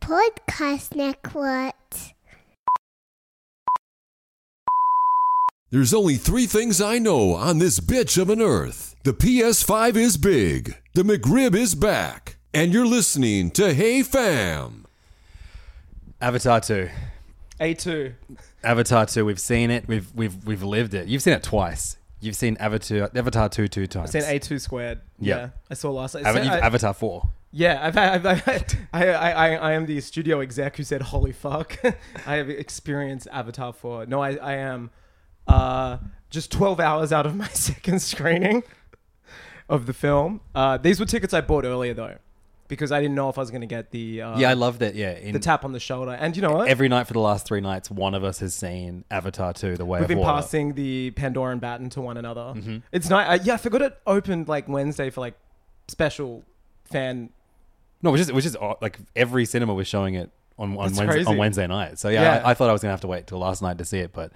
podcast network. There's only three things I know on this bitch of an earth. The PS5 is big, the McRib is back, and you're listening to Hey Fam. Avatar 2. A2. Avatar 2, we've seen it. We've we've we've lived it. You've seen it twice. You've seen Avatar Avatar 2 two I've times. seen A2 squared. Yeah. Yeah. I saw last night. Ava- So you've- I- Avatar 4. yeah, I've, I've, I've, I, I, I, I am the studio exec who said, holy fuck. I have experienced Avatar 4. No, I, I am uh, just 12 hours out of my second screening of the film. Uh, these were tickets I bought earlier, though, because I didn't know if I was going to get the, uh, yeah, I loved it. Yeah. In the tap on the shoulder. And you know what? every night for the last three nights, one of us has seen Avatar 2, The Way We've of been Water. Mm-hmm. passing the Pandoran baton to one another. It's nice. Uh, yeah, I forgot it opened like Wednesday for like special fan No, which is which is odd. like every cinema was showing it on on That's Wednesday, crazy. on Wednesday night. So yeah, Yeah. I, I thought I was gonna have to wait till last night to see it, but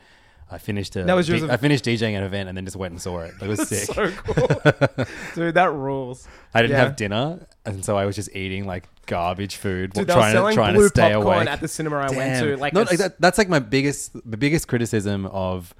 I finished a, That was yours I of- finished DJing an event and then just went and saw it. It was sick. so cool. Dude, that rules. I didn't Yeah. have dinner, and so I was just eating like garbage food, Dude, they were trying to selling trying blue to stay popcorn awake. at the cinema I went Damn. to, like No, a s- that, that's like my biggest, the biggest criticism of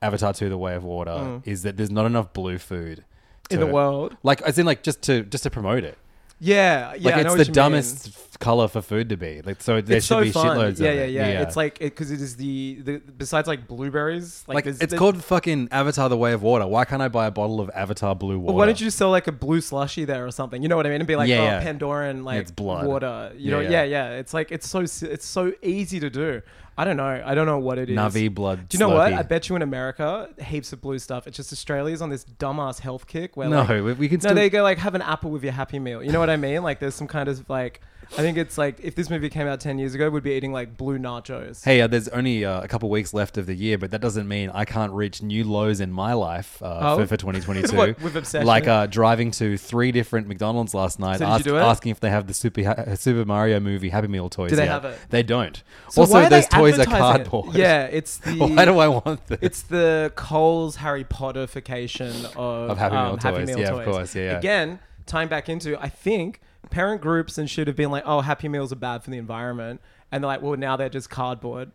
Avatar Two: The Way of Water is that there's not enough blue food Mm. In the to- world. Like, as in, like just to just to promote it. Yeah, yeah. Like, I know it's what the you mean. dumbest color for food to be. Like, so there it's should so be fun. shitloads yeah, of yeah, it. yeah, It's like because it is the, the besides like blueberries. Like, Like, there's- it's there- called fucking Avatar: The Way of Water. Why can't I buy a bottle of Avatar Blue Water? Well, why don't you just sell like a blue slushy there or something? You know what I mean? And be like, Yeah, oh, yeah. Pandoran like it's blood. water. Yeah, You know? yeah. Yeah. yeah, It's like it's so si- it's so easy to do. I don't know. I don't know what it is. Navi blood? Do you know what? Slurpee. I bet you in America, heaps of blue stuff. It's just Australia's on this dumbass health kick where No, like, we- we can no, still- they go like have an apple with your happy meal. You know what I mean? Like there's some kind of like I think it's like if this movie came out ten years ago, we'd be eating like blue nachos. hey, uh, there's only uh, a couple weeks left of the year, but that doesn't mean I can't reach new lows in my life uh, Oh? for, for 2022. What, with obsession? Like uh, driving to three different McDonald's last night, So did you do it? asking if they have the Super uh, Super Mario movie Happy Meal toys. Do they yet. have it? They don't. So also, why are they those toys are advertising it? cardboard. Yeah, it's the Why do I want this? It's the Cole's Harry Potterification of, Of Happy Meal um, Happy toys. Meal Yeah, of toys. course. Yeah, yeah. Again, tying back into, I think parent groups and should have been like, oh, Happy Meals are bad for the environment. And they're like, well, now they're just cardboard.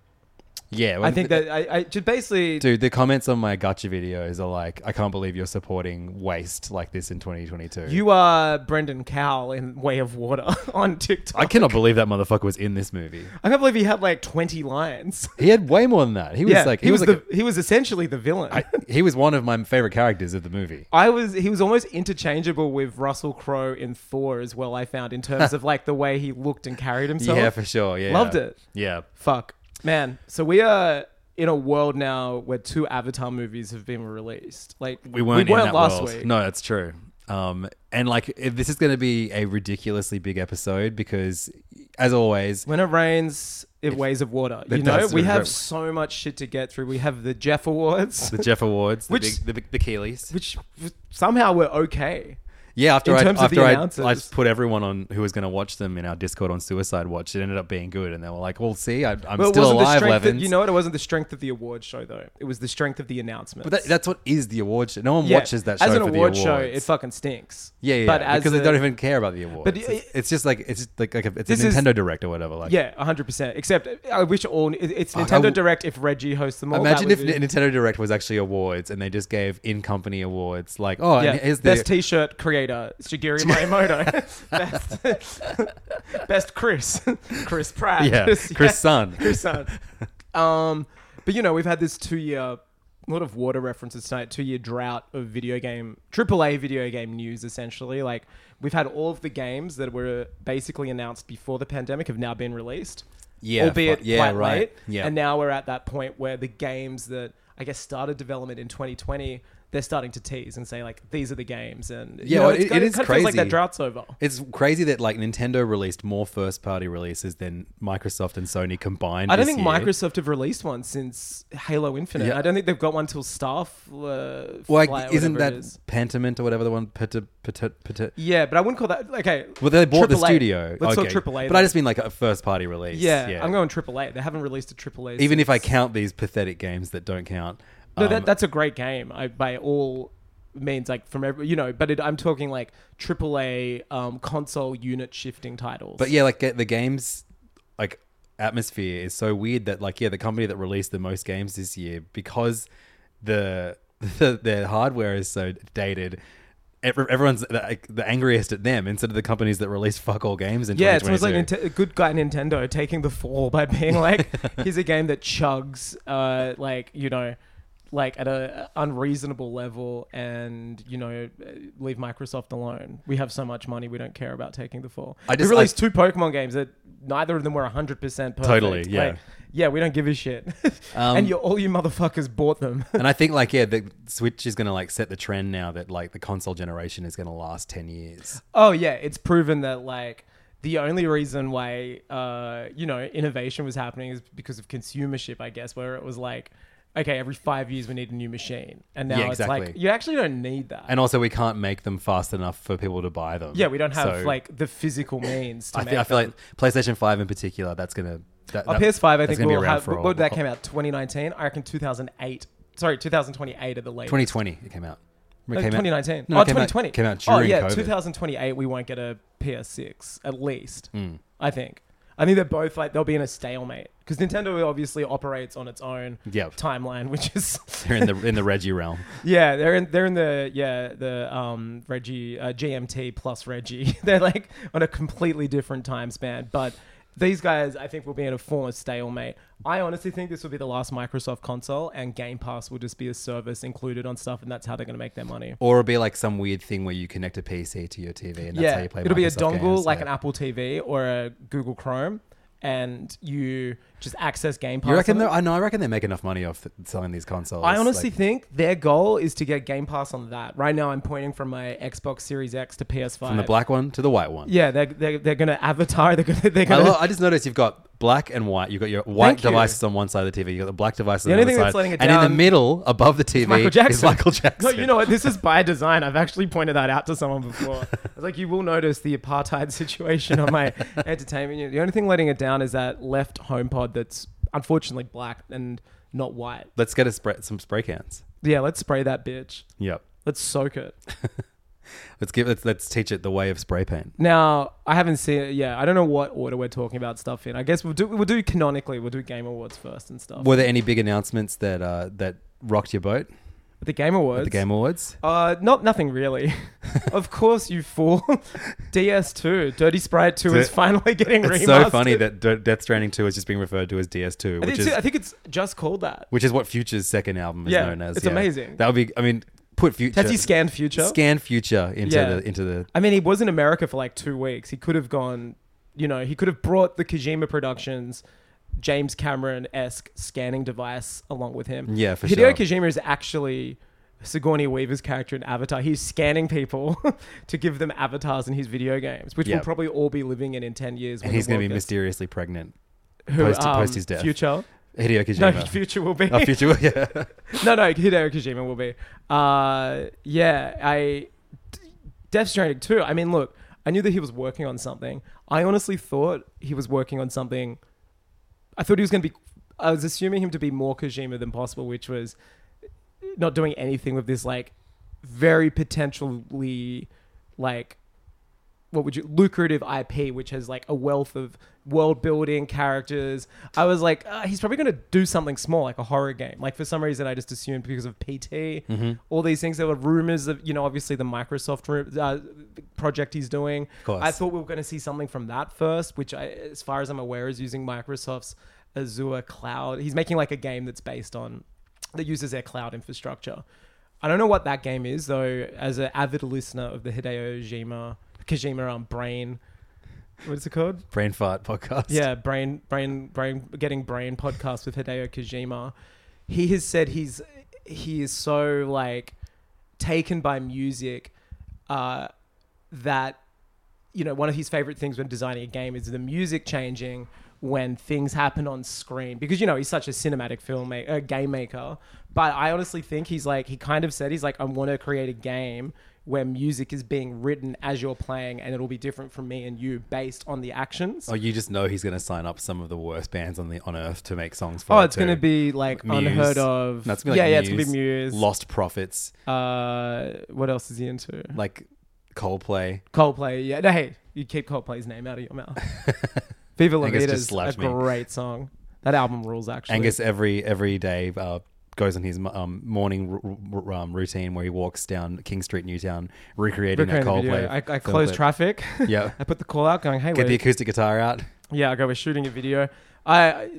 yeah, I well, think that I, I just basically. Dude, the comments on my gotcha videos are like, I can't believe you're supporting waste like this in 2022. You are Brendan Cowell in Way of Water on TikTok. I cannot believe that motherfucker was in this movie. I can't believe he had like twenty lines. He had way more than that. He was yeah, like, he, was, like a- the, he was essentially the villain. I, he was one of my favorite characters of the movie. I was he was almost interchangeable with Russell Crowe in Thor as well. I found in terms of like the way he looked and carried himself. yeah, for sure. Yeah, Loved it. Yeah, Fuck, man. So we are in a world now where two Avatar movies have been released. Like we weren't, in that last world. week. No, that's true. Um, and like if- this is going to be a ridiculously big episode because, as always, When it rains, it weighs of water. It You know, does, we it have does. so much shit to get through. We have the Jeff Awards, the Jeff Awards, the Which- big, the, big- the Keelys. which somehow we're okay. Yeah, after In I terms of after the I, announcers. I put everyone on who was going to watch them in our Discord on Suicide Watch, it ended up being good, and they were like, "Well, see, I, I'm Well, it still wasn't the alive, strength. Of, Levin." you know what? It wasn't the strength of the award show though. It was the strength of the announcements. but that, that's what is the award show. No one Yeah, watches that show as an for award the show. awards. It fucking stinks. yeah, yeah, but yeah, as because a- they don't even care about the awards. But- it's, it's just like it's just like, like a, it's a This is- Nintendo Direct or whatever. Like, Yeah, hundred percent. Except uh, I wish all it- it's Fuck, I Nintendo w- Direct if Reggie hosts them all. that Imagine would if be- N- Nintendo Direct was actually awards and they just gave in company awards like oh yeah, and here's the best T-shirt creator Shigeru Miyamoto, best, best Chris, Chris Pratt, yeah Chris Sun Chris Sun. Um, but you know we've had this two-year, a lot of water references tonight. Two-year drought of video game AAA video game news. Essentially, like we've had all of the games that were basically announced before the pandemic have now been released. yeah albeit fu- yeah quite right late. yeah And now we're at that point where the games that I guess started development in 2020, they're starting to tease and say like these are the games, and you Yeah, know, well, it's it- kinda- it is kinda feels like crazy. that drought's over. It's crazy that like Nintendo released more first party releases than Microsoft and Sony combined. I don't this think year. Microsoft have released one since Halo Infinite. Yeah. I don't think they've got one till Starfl- Well, Flight Like, or isn't whatever that it is. Pentiment or whatever the one? Peta, peta, peta. Yeah, but I wouldn't call that. Okay, Well, they bought the AAA. studio. Let's okay. call AAA. But I then. just mean like a first party release. yeah, I'm going AAA. They haven't released a AAA. Even if I since- count these pathetic games that don't count. No, um, that, that's a great game. I by all means, like from every you know, but it, I'm talking like AAA um, console unit shifting titles. But yeah, like the games, like atmosphere is so weird that like yeah, the company that released the most games this year because the, the their hardware is so dated. ev- Everyone's like, the angriest at them instead of the companies that release fuck all games in yeah, it sounds 2022. like Ninte- a good guy Nintendo taking the fall by being like, here's a game that chugs, uh, like you know, like at a unreasonable level, and you know, uh, leave Microsoft alone. We have so much money, we don't care about taking the fall. I just- we released I- two Pokemon games that neither of them were hundred percent perfect. Totally, Like, yeah. yeah, we don't give a shit. Um, and you, all you motherfuckers bought them. and I think like yeah, the Switch is gonna like set the trend now that like the console generation is gonna last ten years. Oh yeah, it's proven that like the only reason why uh, you know innovation was happening is because of consumership, I guess, where it was like, okay, every five years we need a new machine, and now Yeah, it's like exactly. you actually don't need that. And also, we can't make them fast enough for people to buy them. yeah, we don't have So, like the physical means. To I, make Oh, feel, I feel like PlayStation Five in particular, that's gonna. That, a that- PS5, I that's think gonna be we'll around have. for a What that while. came out 2019? I reckon 2008. Sorry, 2028 at the latest. 2020 it came out. No, It came out- 2019. No, oh, it came out- 2020. came out Oh, during yeah, COVID. 2028, we won't get a PS6, at least. Hmm. I think. I think they're both like, they'll be in a stalemate. Because Nintendo obviously operates on its own Yep. timeline, which is. They're in the in the Reggie realm. yeah, they're in, they're in the, yeah, the um, Reggie, uh, GMT plus Reggie. they're like on a completely different time span. But these guys, I think, will be in a form of stalemate. I honestly think this will be the last Microsoft console, and Game Pass will just be a service included on stuff, and that's how they're going to make their money. Or it'll be like some weird thing where you connect a PC to your TV and that's how you play. It'll be a Microsoft dongle games, like an Apple TV or a Google Chrome, and you just access Game Pass. You reckon? on it. they're- I know. I reckon they make enough money off th- selling these consoles. I honestly Like, think their goal is to get Game Pass on that. Right now, I'm pointing from my Xbox Series X to PS5. from the black one to the white one. Yeah, they're, they're, they're going to avatar. They're going to. They're I, gonna, lo- I just noticed you've got black and white. You've got your white Thank you. devices on one side of the TV. You've got the black devices The on only the thing other that's side. letting it and in down the middle, above the TV, Michael is Jackson. Michael Jackson. No, you know what? This is by design. I've actually pointed that out to someone before. I was like, you will notice the apartheid situation on my entertainment. unit. The only thing letting it down is that left home pod that's unfortunately black and not white. Let's get a spray, some spray cans. Yeah, let's spray that bitch. Yep. Let's soak it. Let's give. Let's, let's teach it the way of spray paint. Now, I haven't seen it. Yeah, I don't know what order we're talking about stuff in. I guess we'll do we'll do canonically. We'll do Game Awards first and stuff. Were there any big announcements that uh, that rocked your boat the Game Awards. at the Game Awards? Uh, not nothing really. of course, you fool. DS2, Dirty Sprite 2 is Di- finally getting remastered. It's so funny that D- Death Stranding 2 is just being referred to as I DS2, think, which it's, is I think it's just called that. which is what Future's second album is Yeah, known as. it's amazing. That would be. I mean, put Future. Has he scanned Future? Scan Future into Yeah. the into the. I mean, he was in America for like two weeks. He could have gone, you know, he could have brought the Kojima Productions, James Cameron esque scanning device along with him. Yeah, for Hideo sure. Kojima is actually Sigourney Weaver's character in Avatar. He's scanning people to give them avatars in his video games, which Yeah. we'll probably all be living in in 10 years. And he's going to be mysterious. mysteriously pregnant. Who, post, post his death. um, Future. Hideo Kojima. No, future will be. Oh, future. Yeah. no, no, Hideo Kojima will be. Uh, yeah, I. Death Stranding too. I mean, look, I knew that he was working on something. I honestly thought he was working on something. I thought he was going to be. I was assuming him to be more Kojima than possible, which was not doing anything with this like very potentially like what would you lucrative IP, which has like a wealth of world building characters. I was like, uh, he's probably going to do something small, like a horror game. Like for some reason, I just assumed because of PT, all these things. There were rumors of you know obviously the Microsoft ru- uh, project he's doing. course. I thought we were going to see something from that first, which I, as far as I'm aware, is using Microsoft's Azure cloud. He's making like a game that's based on that uses their cloud infrastructure. I don't know what that game is though. As an avid listener of the Hideo Kojima, Kojima um, Brain, what is it called? Brain fart podcast. Yeah, brain, brain, brain, getting brain podcast with Hideo Kojima. He has said he's he is so like taken by music uh, that you know one of his favorite things when designing a game is the music changing when things happen on screen because you know he's such a cinematic filmmaker, a game maker. But I honestly think he's like he kind of said he's like I want to create a game where music is being written as you're playing and it'll be different from me and you based on the actions. Oh, you just know he's going to sign up some of the worst bands on the on earth to make songs for. Oh, it it's going to too. be like Muse. unheard of. No, it's gonna be yeah, like yeah, Muse, it's going to be Muse. Lost Prophets, Uh, what else is he into? like Coldplay. Coldplay. Yeah, no, hey, you keep Coldplay's name out of your mouth. Viva La Angus Vida just is a slapped me. great song. That album rules, actually. Angus every every day uh, goes on his um, morning r- r- um, routine where he walks down King Street, Newtown, recreating Recreating that the Coldplay. video. I, I film closed clip. traffic. Yeah. I put the call out, going, "Hey, Get the we're- acoustic guitar out. yeah, I go, we're shooting a video." I, I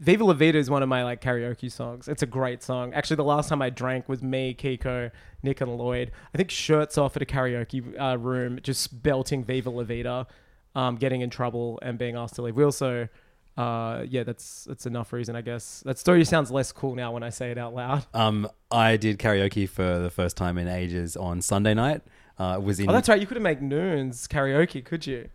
Viva La Vida is one of my like karaoke songs. It's a great song. Actually, the last time I drank was me, Kiko, Nick, and Lloyd. I think shirts off at a karaoke uh, room, just belting Viva La Vida, um, getting in trouble and being asked to leave. We also, uh, yeah, that's that's enough reason, I guess. That story sounds less cool now when I say it out loud. Um, I did karaoke for the first time in ages on Sunday night. Uh, was in Oh, that's right. You couldn't make noons karaoke, could you?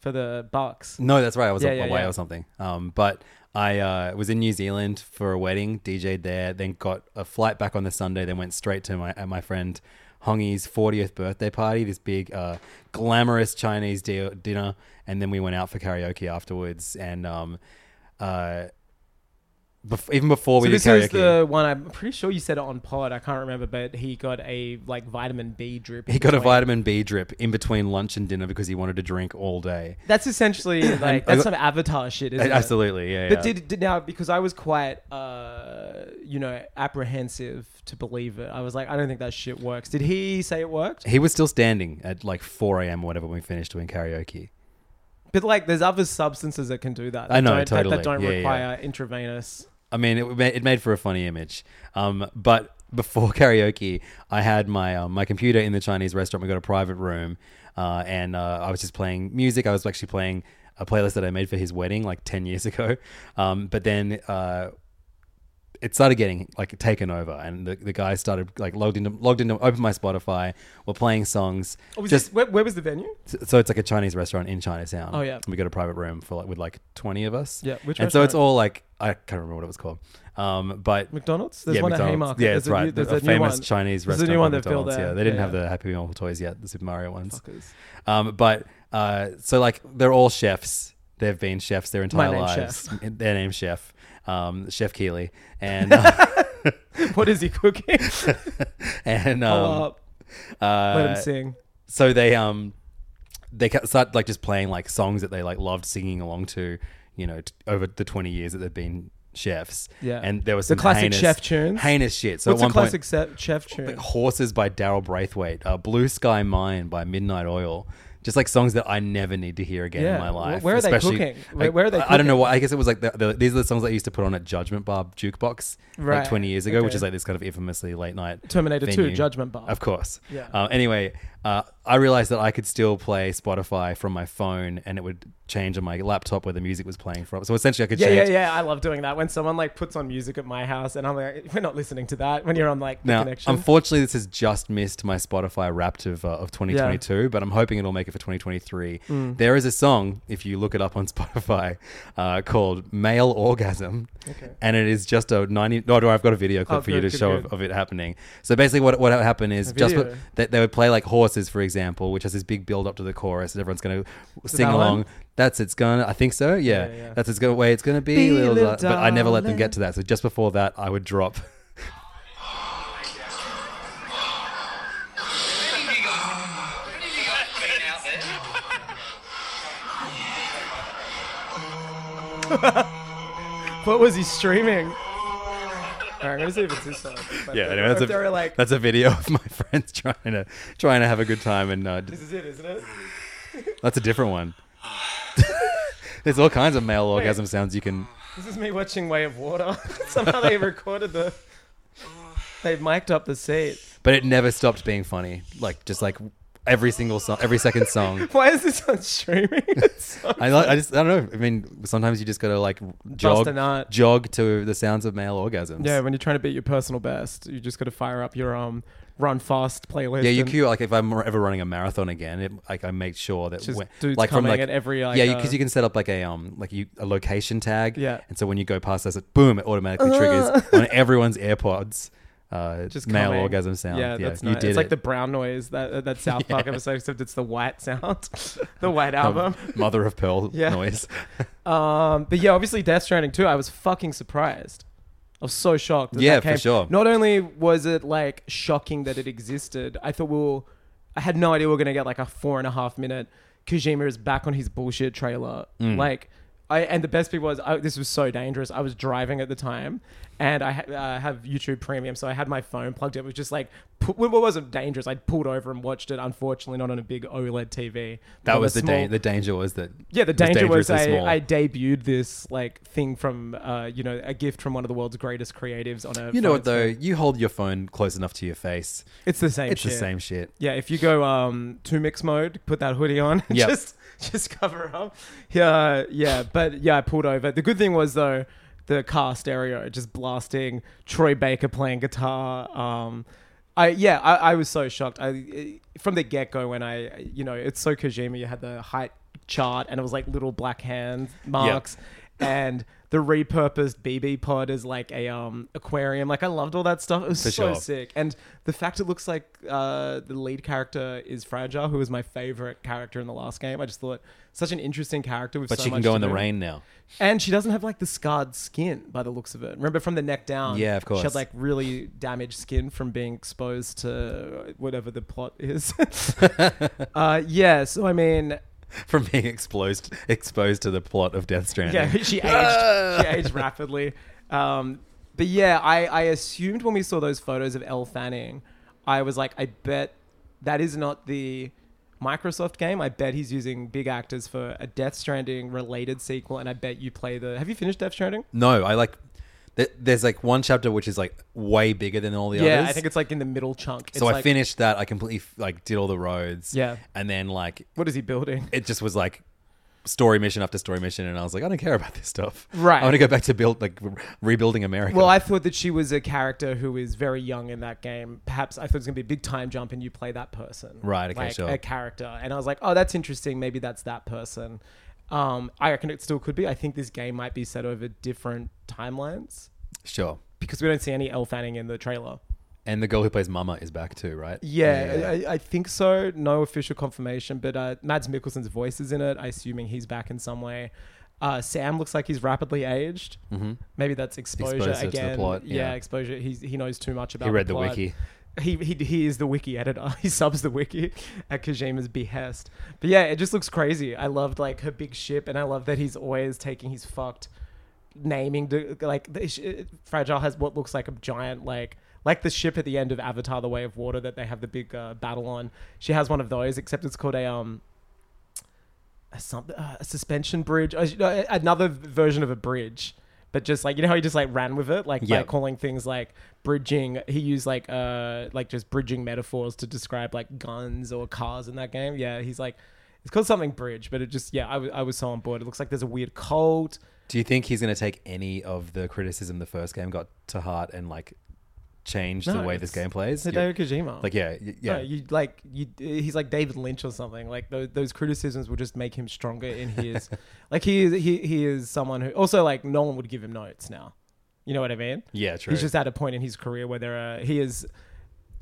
For the bucks. No, that's right. I was Yeah, a- yeah, away yeah. or something. Um, but I uh, was in New Zealand for a wedding, DJ'd there, then got a flight back on the Sunday, then went straight to my at my friend Hongi's 40th birthday party, this big uh, glamorous Chinese di- dinner, and then we went out for karaoke afterwards. And um, uh, bef- even before we So did this karaoke, is the one I'm pretty sure you said it on pod. I can't remember, but he got a like vitamin B drip. he got a between- vitamin B drip in between lunch and dinner because he wanted to drink all day. That's essentially like that's some avatar shit, isn't it? Absolutely, yeah. But yeah. did, did now because I was quite uh you know apprehensive to believe it. I was like, I don't think that shit works. Did he say it worked? he was still standing at like 4 a.m. or whatever when we finished doing karaoke. But like, there's other substances that can do that. I that know, don't, that- totally. That, don't Yeah, yeah. require intravenous. I mean, it made, it made for a funny image. Um, but before karaoke, I had my um, my computer in the Chinese restaurant. We got a private room, uh, and uh, I was just playing music. I was actually playing a playlist that I made for his wedding like ten years ago. Um, but then. Uh, it started getting like taken over, and the, the guy started like logged into logged into opened my Spotify. We're playing songs. Oh, was just this, where, where was the venue? so it's like a Chinese restaurant in Chinatown. Oh, yeah. we got a private room for like with like twenty of us. Yeah, which and so it's restaurant? all like I can't remember what it was called. Um, but McDonald's? There's yeah, one McDonald's. at Haymarket. Yeah, There's that's a right. new- There's there's a, a new famous one. Chinese There's a restaurant. new one called they built McDonald's. there. Yeah, they didn't Yeah, have yeah. the Happy Meal toys yet, the Super Mario ones. Fuckers. Um, but uh, so like they're all chefs. They've been chefs their entire name's lives. Chef. Their name's Chef, um, Chef Keeley, and uh, What is he cooking? and Pull um, up. uh, Let him sing. so they um they ca- start like just playing like songs that they like loved singing along to you know t- over the 20 years that they've been chefs Yeah. and there was The some classic heinous, chef tunes. heinous shit so What's at a one classic point Oh, se- chef tune? horses by daryl braithwaite uh, blue sky mine by midnight oil just like songs that I never need to hear again Yeah. in my Wh- life. where are they Especially, cooking? like, Where- where are they I- I don't know why. I guess it was like the, the, these are the songs that I used to put on at Judgment Bar jukebox Right. like 20 years ago, which Okay. is like this kind of infamously late night Terminator 2, venue. Judgment Bar. Of course. Yeah. Uh, anyway, uh, I realized that I could still play Spotify from my phone, and it would change on my laptop where the music was playing from. So essentially, I could Yeah, yeah, change. yeah. I love doing that when someone like puts on music at my house, and I'm like, we're not listening to that. When you're on like the Now, connection, unfortunately, this has just missed my Spotify Wrapped of uh, of 2022, but I'm hoping it'll make it for 2023. Mm. There is a song, if you look it up on Spotify, uh, called "Male Orgasm," and it is just a 90. No, do I've got a video clip Oh, for you good, to good, show good. Of, of it happening. So basically, what what happened is just video. that they would play like horse Horses, for example, which has this big build up to the chorus and everyone's going to sing that along. one? That's it's gonna. I think so. Yeah, Yeah, yeah. that's it's gonna way it's gonna be. Be little, little da- but I never let them darling. get to that. So just before that, I would drop. What was he streaming? All right, I'm gonna see if it's this song. My Yeah, favorite. anyway, that's If they were a like, that's a video of my friends trying to trying to have a good time and uh, this is it, isn't it? That's a different one. There's all kinds of male orgasm sounds you can. This is me watching Way of Water. Somehow they recorded the. They've mic'd up the seat. But it never stopped being funny. Like just like every single song, every second song. Why is this on streaming? It's so- I like. I just. I don't know. I mean, sometimes you just gotta like jog, a nut. jog to the sounds of male orgasms. yeah, when you're trying to beat your personal best, you just got to fire up your um run fast playlist. Yeah, you and- queue like if I'm ever running a marathon again, it, like I make sure that Just when- dudes like coming at every, like, yeah, uh, because you can set up like a um like you a location tag Yeah. and so when you go past that, it- boom, it automatically triggers on everyone's AirPods. Uh, just male coming. orgasm sound. Yeah, Yeah, that's you nice. did It's like it. the brown noise that that South Park episode, except it's the white sound, the white Um, album. mother of pearl Yeah. noise. Um, but yeah, obviously Death Stranding too. I was fucking surprised. I was so shocked. that Yeah, that for came. sure. Not only was it like shocking that it existed, I thought we will. I had no idea we were gonna get like a four and a half minute. Kojima is back on his bullshit trailer. Mm. Like, I and the best bit was I, this was so dangerous. I was driving at the time, and I ha- uh, have YouTube Premium, so I had my phone plugged in. It was just like, pu- well, it wasn't dangerous. I pulled over and watched it. Unfortunately, not on a big OLED TV. but That on a was the small- da- the danger was that yeah, the it was danger was, dangerously small. I, I debuted this like thing from uh, you know a gift from one of the world's greatest creatives on a. you know phone what though? screen. You hold your phone close enough to your face. It's the same. it's shit. the same shit. Yeah, if you go um to mix mode, put that hoodie on. and Yep. just just cover up. Yeah, yeah. But yeah, I pulled over. The good thing was though, the car stereo just blasting Troy Baker playing guitar. Um, I yeah, I, I was so shocked. I from the get go when I you know it's so Kojima. You had the height chart and it was like little black hand marks and. The repurposed BB pod is like a um aquarium. Like I loved all that stuff. It was For so sure. sick sick. And the fact it looks like uh, the lead character is Fragile, who was my favorite character in the last game. I just thought such an interesting character with But so she can much go to in the do. rain now. And she doesn't have like the scarred skin by the looks of it. Remember from the neck down. Yeah, of She course. had like really damaged skin from being exposed to whatever the plot is. uh, yeah, so I mean, From being exposed exposed to the plot of Death Stranding. yeah, she aged. she aged rapidly. Um, but yeah, I, I assumed when we saw those photos of Elle Fanning, I was like, I bet that is not the Microsoft game. I bet he's using big actors for a Death Stranding related sequel, and I bet you play the. Have you finished Death Stranding? No, I like. Th- there's like one chapter which is like way bigger than all the yeah, others. I think it's like in the middle chunk. It's so I like- finished that. I completely f- like did all the roads. Yeah. and then like What is he building? it just was like story mission after story mission, and I was like, I don't care about this stuff. Right. I want to go back to build like re- rebuilding America. Well, I thought that she was a character who is very young in that game. Perhaps I thought it was going to be a big time jump and you play that person. Right, okay, like, sure. A character. And I was like, oh, that's interesting. Maybe that's that person. Um, I reckon it still could be. I think this game might be set over different timelines sure. because we don't see any Elle Fanning in the trailer. And the girl who plays Mama is back too, right? Yeah, I, I think so. No official confirmation, but uh, Mads Mikkelsen's voice is in it. I assuming he's back in some way. Uh, Sam looks like he's rapidly aged. Mm-hmm. Maybe that's exposure Exposure to the again. plot, Yeah, yeah. exposure. He's, he knows too much about. He read the plot. wiki. He, he, he is the wiki editor. He subs the wiki at Kojima's behest. But yeah, it just looks crazy. I loved like her big ship, and I love that he's always taking his fucked naming to like the, sh- uh, fragile has what looks like a giant like like the ship at the end of Avatar: The Way of Water that they have the big uh, battle on. She has one of those, except it's called a um a something uh, a suspension bridge, Uh, no, another version of a bridge. But just like you know how he just like ran with it, like by Yeah. calling things like bridging. He used like uh like just bridging metaphors to describe like guns or cars in that game. Yeah, he's like it's called something bridge, but it just yeah I wa- I was so on board. It looks like there's a weird cult. Do you think he's going to take any of the criticism the first game got to heart and like change the No, way this it's- game plays? It's You- Hideo Kojima. Like yeah, y- yeah. No, you like you. He's like David Lynch or something. Like those, those criticisms will just make him stronger in his. like he is he he is someone who also like no one would give him notes now. You know what I mean? Yeah, true. He's just at a point in his career where there are he is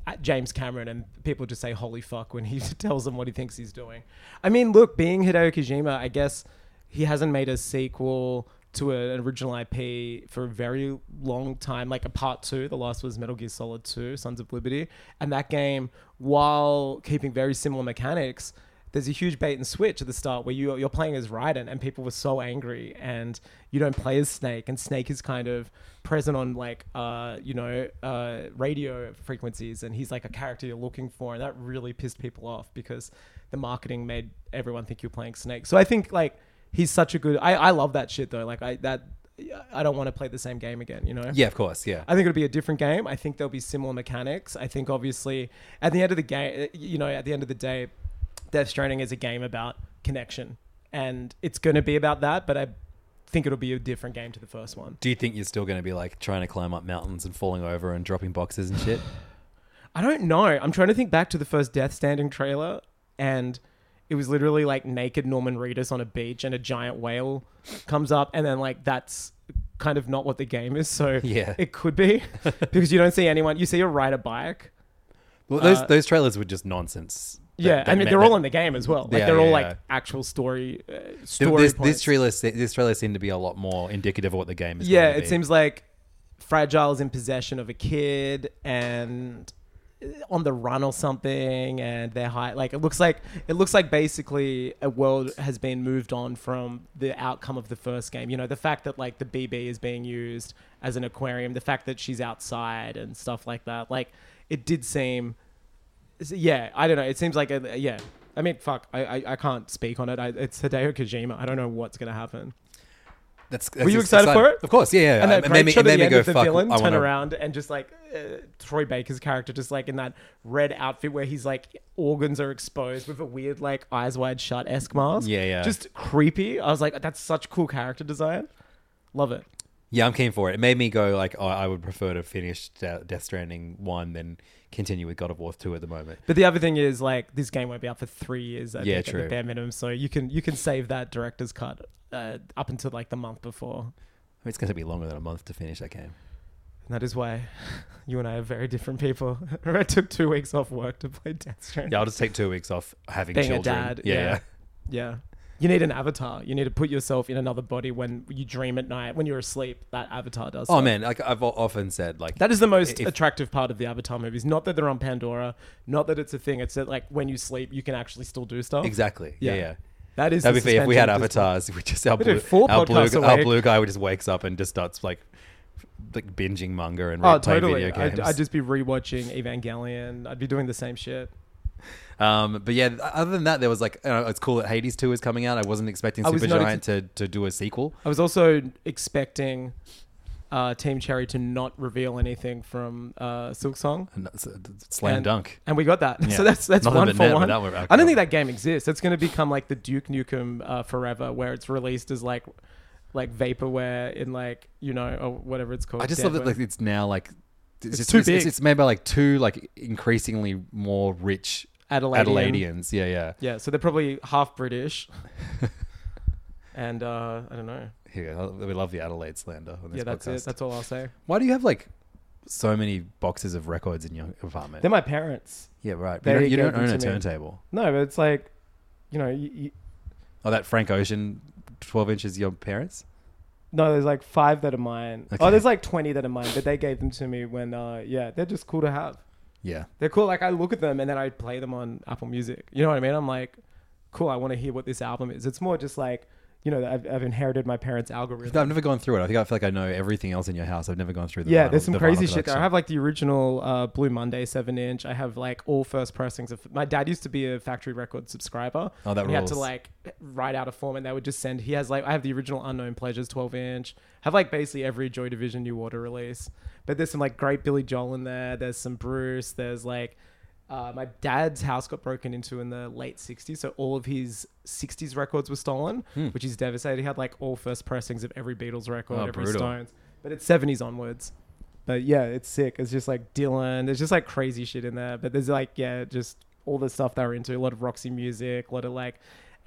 at James Cameron and people just say holy fuck when he tells them what he thinks he's doing. I mean, look, being Hideo Kojima, I guess he hasn't made a sequel to an original IP for a very long time, like a part two. The last was Metal Gear Solid 2, Sons of Liberty. And that game, while keeping very similar mechanics, there's a huge bait and switch at the start where you, you're playing as Raiden and people were so angry and you don't play as Snake and Snake is kind of present on like, uh, you know, uh, radio frequencies and he's like a character you're looking for and that really pissed people off because the marketing made everyone think you're playing Snake. So I think like he's such a good, I, I love that shit though. Like I, that, I don't want to play the same game again, you know? Yeah, of course. Yeah. I think it'll be a different game. I think there'll be similar mechanics. I think obviously at the end of the game, you know, at the end of the day, Death Stranding is a game about connection, and it's going to be about that. But I think it'll be a different game to the first one. Do you think you're still going to be like trying to climb up mountains and falling over and dropping boxes and shit? I don't know. I'm trying to think back to the first Death Standing trailer, and it was literally like naked Norman Reedus on a beach, and a giant whale comes up, and then like that's kind of not what the game is. So Yeah. it could be because you don't see anyone. You see a ride a bike. Well, those those trailers were just nonsense. That- Yeah, that I mean ma- they're that- all in the game as well. Like Yeah, they're yeah, all like yeah. actual story uh, Th- story this, points. this trailer. se- This trailer seemed to be a lot more indicative of what the game is. yeah, going to it be. seems like Fragile's in possession of a kid and uh, on the run or something, and they're high. Like it looks like it looks like basically a world has been moved on from the outcome of the first game. You know, the fact that like the BB is being used as an aquarium, the fact that she's outside and stuff like that. Like it did seem so, yeah, I don't know. It seems like a yeah. I mean, fuck, I I, I can't speak on it. I, it's Hideo Kojima. I don't know what's gonna happen. That's, that's Were you ex- excited for it? Of course. Yeah. yeah. And that It great made me- shot it made at the me end go, of the "Fuck, villain I turn wanna- around and just like uh, Troy Baker's character, just like in that red outfit where he's like organs are exposed with a weird like eyes wide shut esque mask. Yeah, yeah. Just creepy. I was like, that's such cool character design. Love it. Yeah, I'm keen for it. It made me go like, oh, I would prefer to finish De- Death Stranding one than continue with God of War two at the moment. But the other thing is like this game won't be out for three years. I Yeah, think, At true. the bare minimum, so you can you can save that director's cut uh, up until like the month before. I mean, it's going to be longer than a month to finish that game. And that is why you and I are very different people. I took two weeks off work to play Death Stranding. Yeah, I'll just take two weeks off having Being children. a dad. yeah. yeah. Yeah. You need an avatar. You need to put yourself in another body when you dream at night, when you're asleep. That avatar does. Oh stuff. man, like I've o- often said, like That is the most If- attractive part of the Avatar movies. Not that they're on Pandora, not that it's a thing. It's that like when you sleep, you can actually still do stuff. exactly. Yeah, Yeah. yeah. That is That'd the be fair if we had suspension of dis- avatars. We just our We did blue, four our blue, podcasts our away. blue guy would just wakes up and just starts like f- like binging manga and Oh, playing totally. video I'd, games. I'd just be rewatching Evangelion. I'd be doing the same shit. Um, but yeah, th- other than that, there was like uh, it's cool that Hades two is coming out. I wasn't expecting I was not Supergiant to to do a sequel. I was also expecting uh, Team Cherry to not reveal anything from uh, Silksong. And that's, uh, th- slam and, dunk. And we got that. Yeah. So that's that's Nothing one but for net one. without without I don't think cover. that game exists. It's going to become like the Duke Nukem uh, Forever, where it's released as like like vaporware in like you know or whatever it's called. I just love that deadware. like it's now like it's, just, too it's, it's- big. It's, made by like two like increasingly more rich Adelaidean. Adelaideans. Yeah, yeah. yeah. So they're probably half British. and uh, I don't know. Here, we go. we love the Adelaide slander on this Yeah, that's podcast. it. That's all I'll say. Why do you have like so many boxes of records in your apartment? They're my parents. yeah, right. they You don't, you gave don't them own a to me. turntable. No, but it's like, you know, you, you, Oh, that Frank Ocean twelve inches. Your parents? No, there's like five that are mine. Okay. Oh, there's like twenty that are mine, but they gave them to me when, uh, yeah, they're just cool to have. Yeah. They're cool. Like I look at them and then I play them on Apple Music. You know what I mean? I'm like, cool. I want to hear what this album is. It's more just like, you know, I've, I've inherited my parents' algorithm. I've never gone through it. I think I feel like I know everything else in your house. I've never gone through the yeah, vinyl- there's some the crazy vinyl shit there. I collection. have like the original uh, Blue Monday seven inch. I have like all first pressings of. My dad used to be a factory record subscriber. Oh, that and He had to rules. like write out a form, and they would just send. He has like I have the original Unknown Pleasures twelve inch. Have like basically every Joy Division New Order release. But there's some like great Billy Joel in there. There's some Bruce. There's like. Uh, my dad's house got broken into in the late 60s, so all of his 60s records were stolen, which is devastating. He had like all first pressings of every Beatles record, Hmm. Oh, every brutal. Stones, but it's 70s onwards. But yeah, it's sick. It's just like Dylan. There's just like crazy shit in there. But there's like yeah, just all the stuff they were into. A lot of Roxy music. A lot of like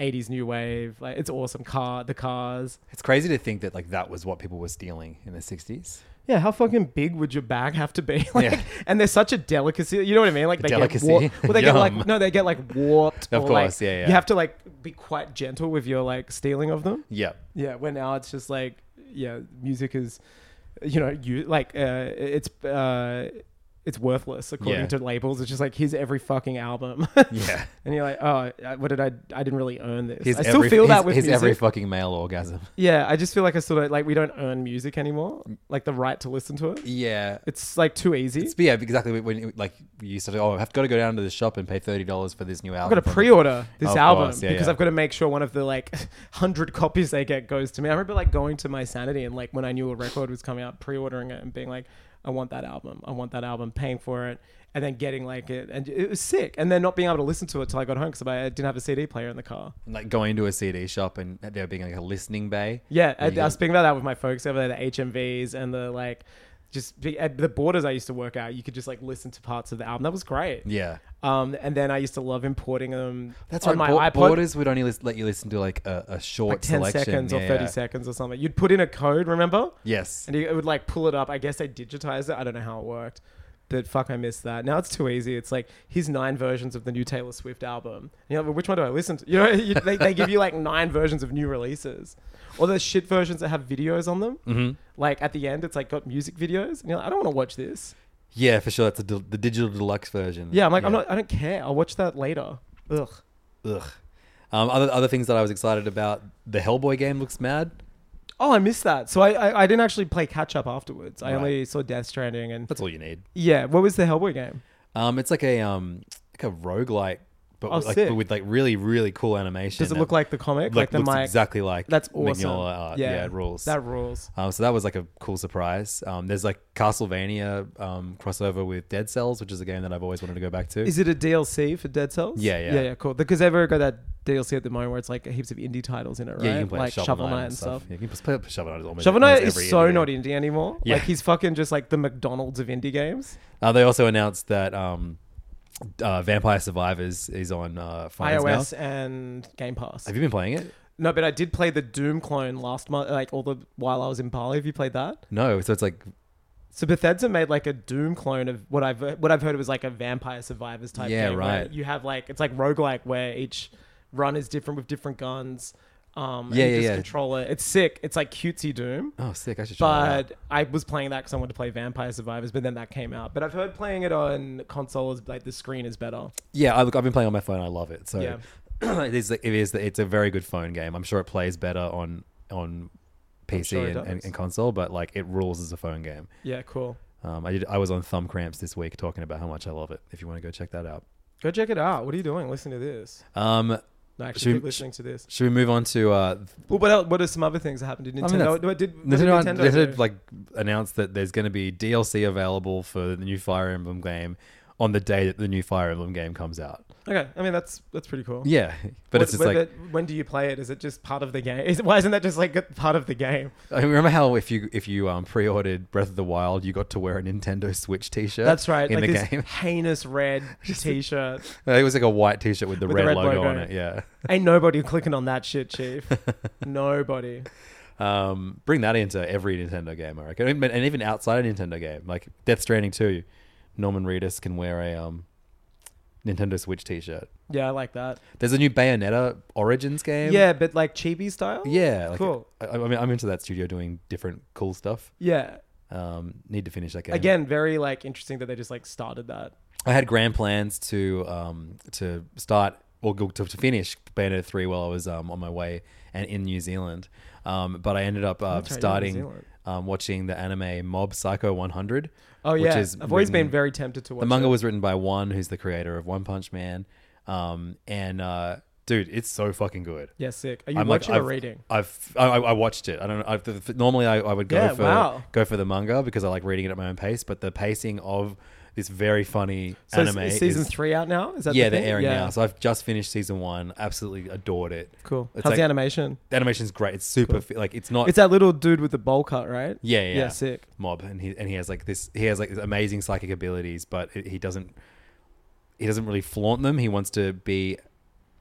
80s new wave. Like it's awesome. Car, the Cars. It's crazy to think that like that was what people were stealing in the sixties. yeah, how fucking big would your bag have to be? Like, and they're such a delicacy. You know what I mean? Like they Delicacy. get warped. Well, they get Yum. like no, they get like warped. Of or, course, like, yeah, yeah. You have to like be quite gentle with your like stealing of them. Yeah. Yeah, where now it's just like yeah, music is, you know, you like uh, it's uh, it's worthless according Yeah. to labels. It's just like here's every fucking album. Yeah. and you're like, oh, I- what did I? I didn't really earn this. He's I still every- feel he's- that with he's music. every fucking male orgasm. yeah, I just feel like I sort of like we don't earn music anymore. Like the right to listen to it. Yeah. It's like too easy. It's, yeah, exactly. When you- like you used to, do, oh, I've got to go down to the shop and pay thirty dollars for this new I've album. got to pre-order this Of album course, yeah, because yeah. I've got to make sure one of the like hundred copies they get goes to me. I remember like going to my sanity and like when I knew a record was coming out, pre-ordering it and being like, I want that album, I want that album, paying for it, and then getting like it, and it was sick. And then not being able to listen to it till I got home because I didn't have a CD player in the car. like going to a CD shop and there being like a listening bay. Yeah, I, Where you I go- was speaking about that with my folks over there, the HMVs and the like, just be, at the borders I used to work at. You could just like listen to parts of the album. That was great. yeah. Um, and then I used to love importing them. That's on right. my Bo- iPod. Borders would only lis- let you listen to like a, a short like 10 selection. seconds or Yeah, 30 yeah. seconds or something. You'd put in a code, remember? Yes. And you- it would like pull it up. I guess they digitized it. I don't know how it worked. But fuck, I missed that. Now it's too easy. It's like here's nine versions of the new Taylor Swift album. You know, but which one do I listen to? You know, you, they, they give you like nine versions of new releases, or the shit versions that have videos on them. Mm-hmm. Like at the end, it's like got music videos, and you're like, I don't want to watch this. Yeah, for sure. That's a del- the digital deluxe version. Yeah, I'm like, I'm not. I don't care. I'll watch that later. Ugh. Ugh. Um, other other things that I was excited about. The Hellboy game looks mad. Oh, I missed that. So I I, I didn't actually play catch up afterwards. I Right. only saw Death Stranding and That's all you need. Yeah, what was the Hellboy game? Um, it's like a um, like a roguelike, but, Oh, like, sick. but with like really really cool animation. Does it look like the comic? Like, the looks mic? exactly like That's awesome. Mignola art. Yeah, it rules. That rules. Um, so that was like a cool surprise. Um, there's like Castlevania um, crossover with Dead Cells, which is a game that I've always wanted to go back to. Is it a DLC for Dead Cells? Yeah, yeah. yeah, yeah. Cool. Because they've already got that DLC at the moment where it's like heaps of indie titles in it, right? yeah, you can play like Shovel, Knight and stuff. Yeah, you can play Shovel Knight. Almost, Shovel Knight almost every is so indie not game. indie anymore. Yeah. Like he's fucking just like the McDonald's of indie games. Uh, they also announced that um, uh, Vampire Survivors is on uh, phones iOS now. and Game Pass. Have you been playing it? no, but I did play the Doom clone last month, like all the while I was in Bali. Have you played that? No. So it's like So Bethesda made like a Doom clone of what I've what I've heard was like a Vampire Survivors type Yeah, game. where right. You have like it's like roguelike where each run is different with different guns. Um, and Yeah, you yeah, just yeah. Control it. It's sick. It's like cutesy Doom. oh sick. I should try that. out. But I was playing that because I wanted to play Vampire Survivors, but then that came out. But I've heard playing it on console is like the screen is better. Yeah, I, look, I've been playing on my phone. I love it. So Yeah. it is. It is. It's a very good phone game. I'm sure it plays better on on PC sure it and, and, does. and console, but like it rules as a phone game. Yeah, cool. Um, I did. I was on Thumb Cramps this week talking about how much I love it. If you want to go check that out. Go check it out. What are you doing? Listen to this. Um, No, Should actually, we- keep listening to this. should we move on to? Uh, Well, what else, what are some other things that happened? Did I mean, Nintendo? that's- what did, what did Nintendo, Nintendo Nintendo, do? like announced that there's going to be DLC available for the new Fire Emblem game on the day that the new Fire Emblem game comes out. okay, I mean that's that's pretty cool. Yeah, but it's just What- like what- when do you play it? Is it just part of the game? Is, why isn't that just like a part of the game? I mean, remember how if you if you um, pre-ordered Breath of the Wild, you got to wear a Nintendo Switch T-shirt. That's right. in like the this game. heinous red T-shirt. it was like a white T-shirt with the, With red, logo, on it. Yeah, Ain't nobody clicking on that shit, chief. nobody. um, bring that into every Nintendo game, I reckon, and and even outside a Nintendo game, like Death Stranding 2, Norman Reedus can wear a um, Nintendo Switch T-shirt. Yeah, I like that. There's a new Bayonetta Origins game. Yeah, but like chibi style. yeah, like, Cool. I, I mean, I'm into that studio doing different cool stuff. Yeah. Um, need to finish that game Again, very like interesting that they just like started that. I had grand plans to um, to start or go- to, to finish Bayonetta three while I was um, on my way and in New Zealand, um, but I ended up uh, That's right, you're in New starting Zealand. um, watching the anime Mob Psycho one hundred. Oh yeah, I've always been written- very tempted to watch. the manga it. was written by one who's the creator of One Punch Man, um, and uh, dude, it's so fucking good. Yeah, sick. Are you I'm like, watching I've- or reading? I've I, I I watched it. I don't know. I've, th- th- normally I, I would go Yeah, for wow. go for the manga because I like reading it at my own pace. But the pacing of this very funny So is- anime is season is- three out now. Is that yeah, the they're thing? airing Yeah. now. So I've just finished season one. Absolutely adored it. cool. It's How's like- the animation? The animation's great. It's super fi- like it's not. It's that little dude with the bowl cut, right? yeah, yeah, Yeah, sick. Mob, and he and he has like this. He has like this amazing psychic abilities, but it, he doesn't. He doesn't really flaunt them. He wants to be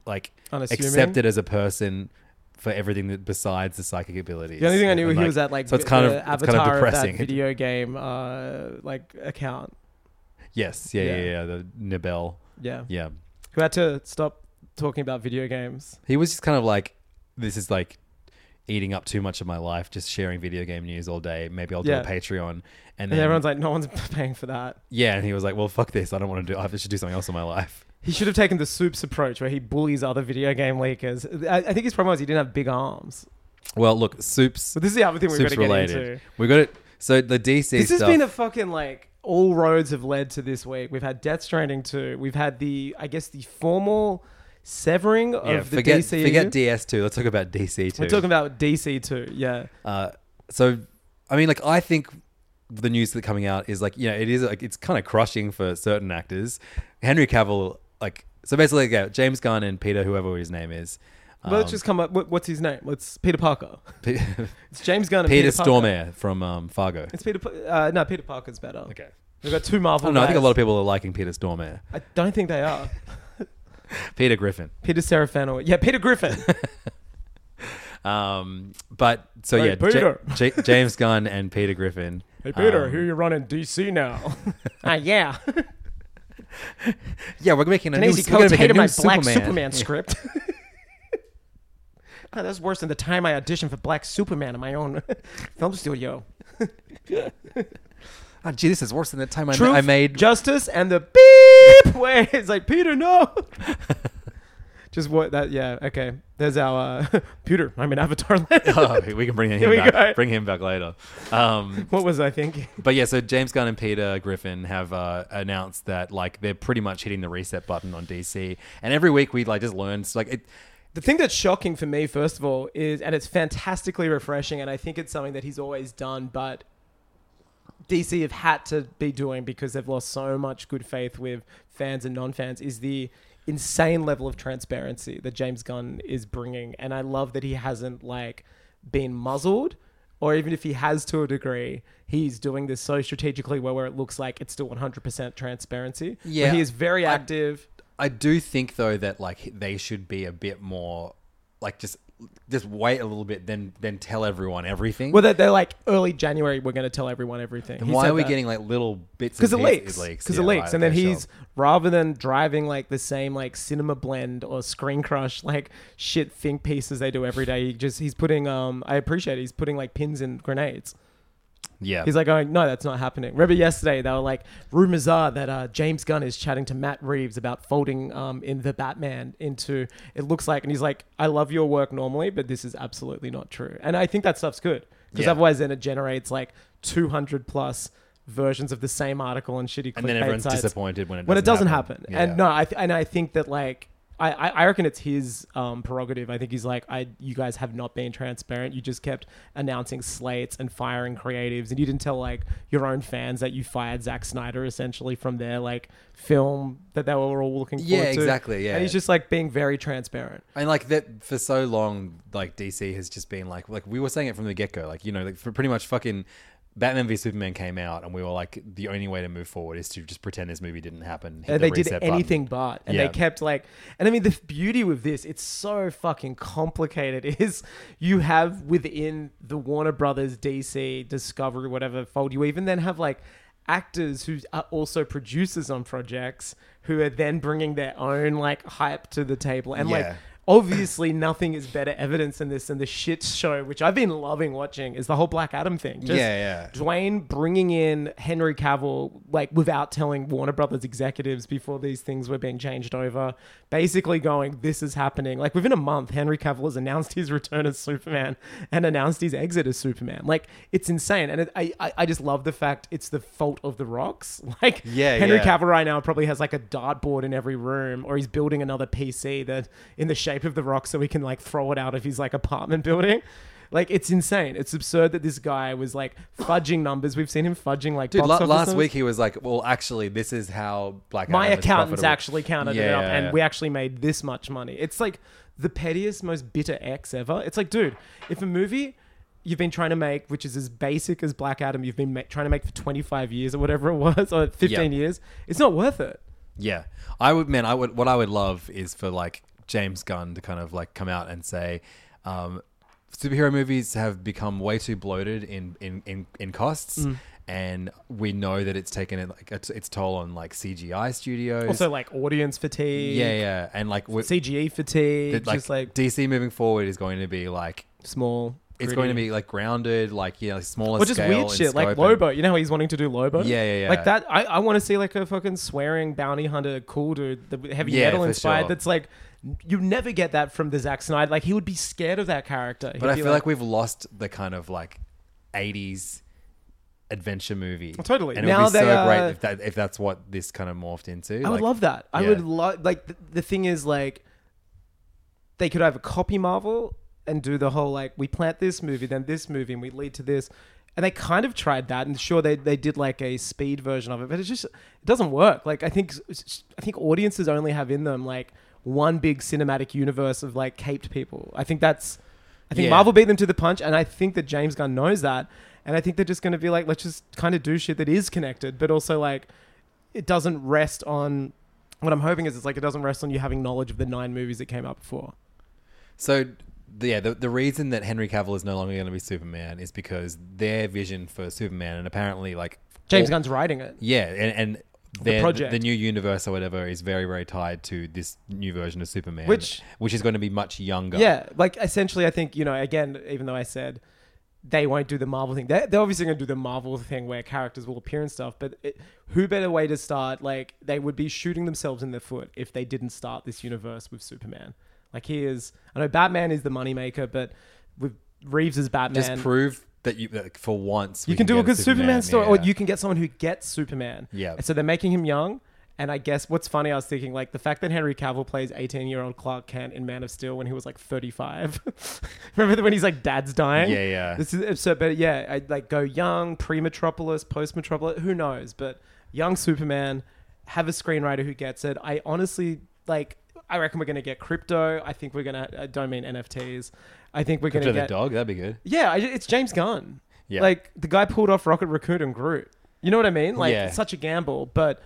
like Unassuming? accepted as a person for everything that besides the psychic abilities. The only thing I knew And, he was at like so it's vi- kind of the it's avatar kind of of depressing. that video game uh, like account. yes, yeah, yeah, Yeah. yeah, the Nibel. Yeah. Yeah, who had to stop talking about video games. he was just kind of like, this is like eating up too much of my life, just sharing video game news all day. Maybe I'll do Yeah. a Patreon, and And then everyone's like, no one's paying for that. yeah, and he was like, well, fuck this, I don't want to do. I should do something else in my life. He should have taken the soups approach where he bullies other video game leakers. I, I think his problem was he didn't have big arms. Well, look, soups. So this is the other thing we're going Soups to get related. into. We got it. So the DC This stuff. has been a fucking like all roads have led to this week. We've had Death Stranding 2. We've had the, I guess, the formal severing of yeah, the forget DC. forget DS two. Let's talk about DC two. We're talking about DC 2. Yeah. Uh, so, I mean, like, I think the news that's coming out is like, you know, it is like it's kind of crushing for certain actors. Henry Cavill, like, so basically, yeah, James Gunn and Peter, whoever his name is, um, Well, let's just come up. What, what's his name? It's Peter Parker. Pe- It's James Gunn and Peter Peter, Parker. Stormare from um, Fargo. It's Peter. Pa- Uh, no, Peter Parker's better. Okay. We've got two I Marvel. don't know. I think a guys. lot of people are liking Peter Stormare. I don't think they are. Peter Griffin. Peter Serafinowicz. Yeah, Peter Griffin. Um, but so Hey, yeah, Peter. J- J- James Gunn and Peter Griffin. um, you running DC now. Ah, yeah. Yeah, we're making a Can new, easy we're gonna make a coattail new my Superman. Black Superman script. oh, that's worse than the time I auditioned for Black Superman in my own film studio. Oh, gee, this is worse than the time I, Truth, I made justice and the beep way. It's like Peter, no. Just what that? Yeah, okay. There's our uh, Peter. I'm in Avatar land. oh, we can bring him Here we back. go. Bring him back later. Um, what was I thinking? but yeah, so James Gunn and Peter Griffin have uh, announced that like they're pretty much hitting the reset button on DC, and every week we like just learn it's like it. The thing that's shocking for me, first of all, is, and it's fantastically refreshing, and I think it's something that he's always done, but DC have had to be doing because they've lost so much good faith with fans and non fans, is the insane level of transparency that James Gunn is bringing. And I love that he hasn't, like, been muzzled, or even if he has to a degree, he's doing this so strategically where, where it looks like it's still 100% transparency. But Yeah. he is very I- active. I do think though that like they should be a bit more like just just wait a little bit, then then tell everyone everything. Well, they're, they're like early January. We're going to tell everyone everything. Then He why said are we that. getting like little bits? because it and leaks pieces- because yeah, it right, leaks and then okay, sure. he's rather than driving like the same like cinema blend or screen crush like shit think pieces they do every day he just he's putting um i appreciate it he's putting like pins in grenades yeah. he's like going no that's not happening remember yesterday they were like rumors are that uh james gunn is chatting to matt reeves about folding um in the batman into it looks like and he's like i love your work normally but this is absolutely not true and i think that stuff's good because Yeah. otherwise then it generates like 200 plus versions of the same article and shitty and then clickbait everyone's sites disappointed when it doesn't when it doesn't happen. Yeah. And no, I th- and I think that like I, I I reckon it's his um, prerogative. I think he's like I you guys have not been transparent. You just kept announcing slates and firing creatives, and you didn't tell like your own fans that you fired Zack Snyder essentially from their like film that they were all looking Yeah, forward to. exactly, yeah. and he's just like being very transparent. And like that for so long, like DC has just been like, like we were saying it from the get go, like you know, like for pretty much fucking Batman v Superman came out, and we were like, the only way to move forward is to just pretend this movie didn't happen. hit And the they did reset button. anything but. And Yeah. they kept like, and I mean, the beauty with this, it's so fucking complicated, is you have within the Warner Brothers, DC, Discovery, whatever fold, you even then have like actors who are also producers on projects who are then bringing their own like hype to the table. And like, Yeah. obviously, nothing is better evidence than this than the shit show, which I've been loving watching, is the whole Black Adam thing. Just Yeah, yeah. Dwayne bringing in Henry Cavill, like without telling Warner Brothers executives before these things were being changed over, basically going, This is happening. Like within a month, Henry Cavill has announced his return as Superman and announced his exit as Superman. Like it's insane. And it, I, I, I just love the fact it's the fault of the rocks. Like Yeah, Henry yeah. Cavill right now probably has like a dartboard in every room or he's building another PC that in the shape of the rock so he can like throw it out of his like apartment building. Like it's insane. It's absurd that this guy was like fudging numbers. We've seen him fudging like Dude, box la- office last numbers. week he was like, well, actually, this is how Black My Adam is accountants profitable. actually counted it Yeah, up, yeah, and yeah. we actually made this much money. It's like the pettiest, most bitter ex ever. It's like, dude, if a movie you've been trying to make, which is as basic as Black Adam, you've been ma- trying to make for twenty five years or whatever it was, or fifteen Yeah. years, it's not worth it. Yeah, I would, man. I would. What I would love is for like James Gunn to kind of like come out and say, Um, superhero movies have become way too bloated in in in, in costs. Mm. And we know that it's taken it like it's, its toll on like CGI studios. Also, like audience fatigue. yeah, yeah, and like we CGE fatigue. that, just like DC moving forward is going to be like small. it's gritty. going to be like grounded, like you know, like smaller Or just scale weird and shit like scope Lobo. You know how he's wanting to do Lobo? Yeah, yeah, yeah. Like that. I, I want to see like a fucking swearing bounty hunter, cool dude, the heavy Yeah, metal for inspired. sure. That's like you never get that from the Zack Snyder. Like he would be scared of that character. He'd But I be feel like, we've lost the kind of like '80s adventure movie. Oh, totally. and it Now would be they so are- great if, that, if that's what this kind of morphed into. I would Like, love that. I yeah. would love like the, the thing is like they could either copy Marvel and do the whole like we plant this movie, then this movie, and we lead to this. And they kind of tried that, and sure they, they did like a speed version of it, but it just it doesn't work. Like I think I think audiences only have in them like one big cinematic universe of like caped people. I think that's I think Yeah. Marvel beat them to the punch, and I think that James Gunn knows that. And I think they're just going to be like, let's just kind of do shit that is connected, but also like it doesn't rest on what I'm hoping is it's like it doesn't rest on you having knowledge of the nine movies that came out before. So the, yeah, the, the reason that Henry Cavill is no longer going to be Superman is because their vision for Superman and apparently like James all- Gunn's writing it. Yeah, and, and their, the project. the new universe or whatever, is very, very tied to this new version of Superman, Which- which is going to be much younger. Yeah, like essentially, I think you know. Again, even though I said they won't do the Marvel thing, they're, they're obviously going to do the Marvel thing where characters will appear and stuff. But it, who better way to start? Like they would be shooting themselves in the foot if they didn't start this universe with Superman. Like he is. I know Batman is the moneymaker, but with Reeves as Batman, just prove that you that for once you can do a get good Superman, story, yeah. or you can get someone who gets Superman. Yeah. And So they're making him young. And I guess what's funny, I was thinking like the fact that Henry Cavill plays 18 year old Clark Kent in Man of Steel when he was like 35. Remember when he's like, dad's dying? Yeah, yeah. This is absurd. But yeah, I like go young, pre Metropolis, post Metropolis, who knows? But young Superman, have a screenwriter who gets it. I honestly like, I reckon we're going to get crypto. I think we're going to, I don't mean NFTs. I think we're going to to the get. dog. That'd be good. Yeah, I- it's James Gunn. Yeah. Like the guy pulled off Rocket Raccoon and Groot. You know what I mean? Like Yeah. it's such a gamble, but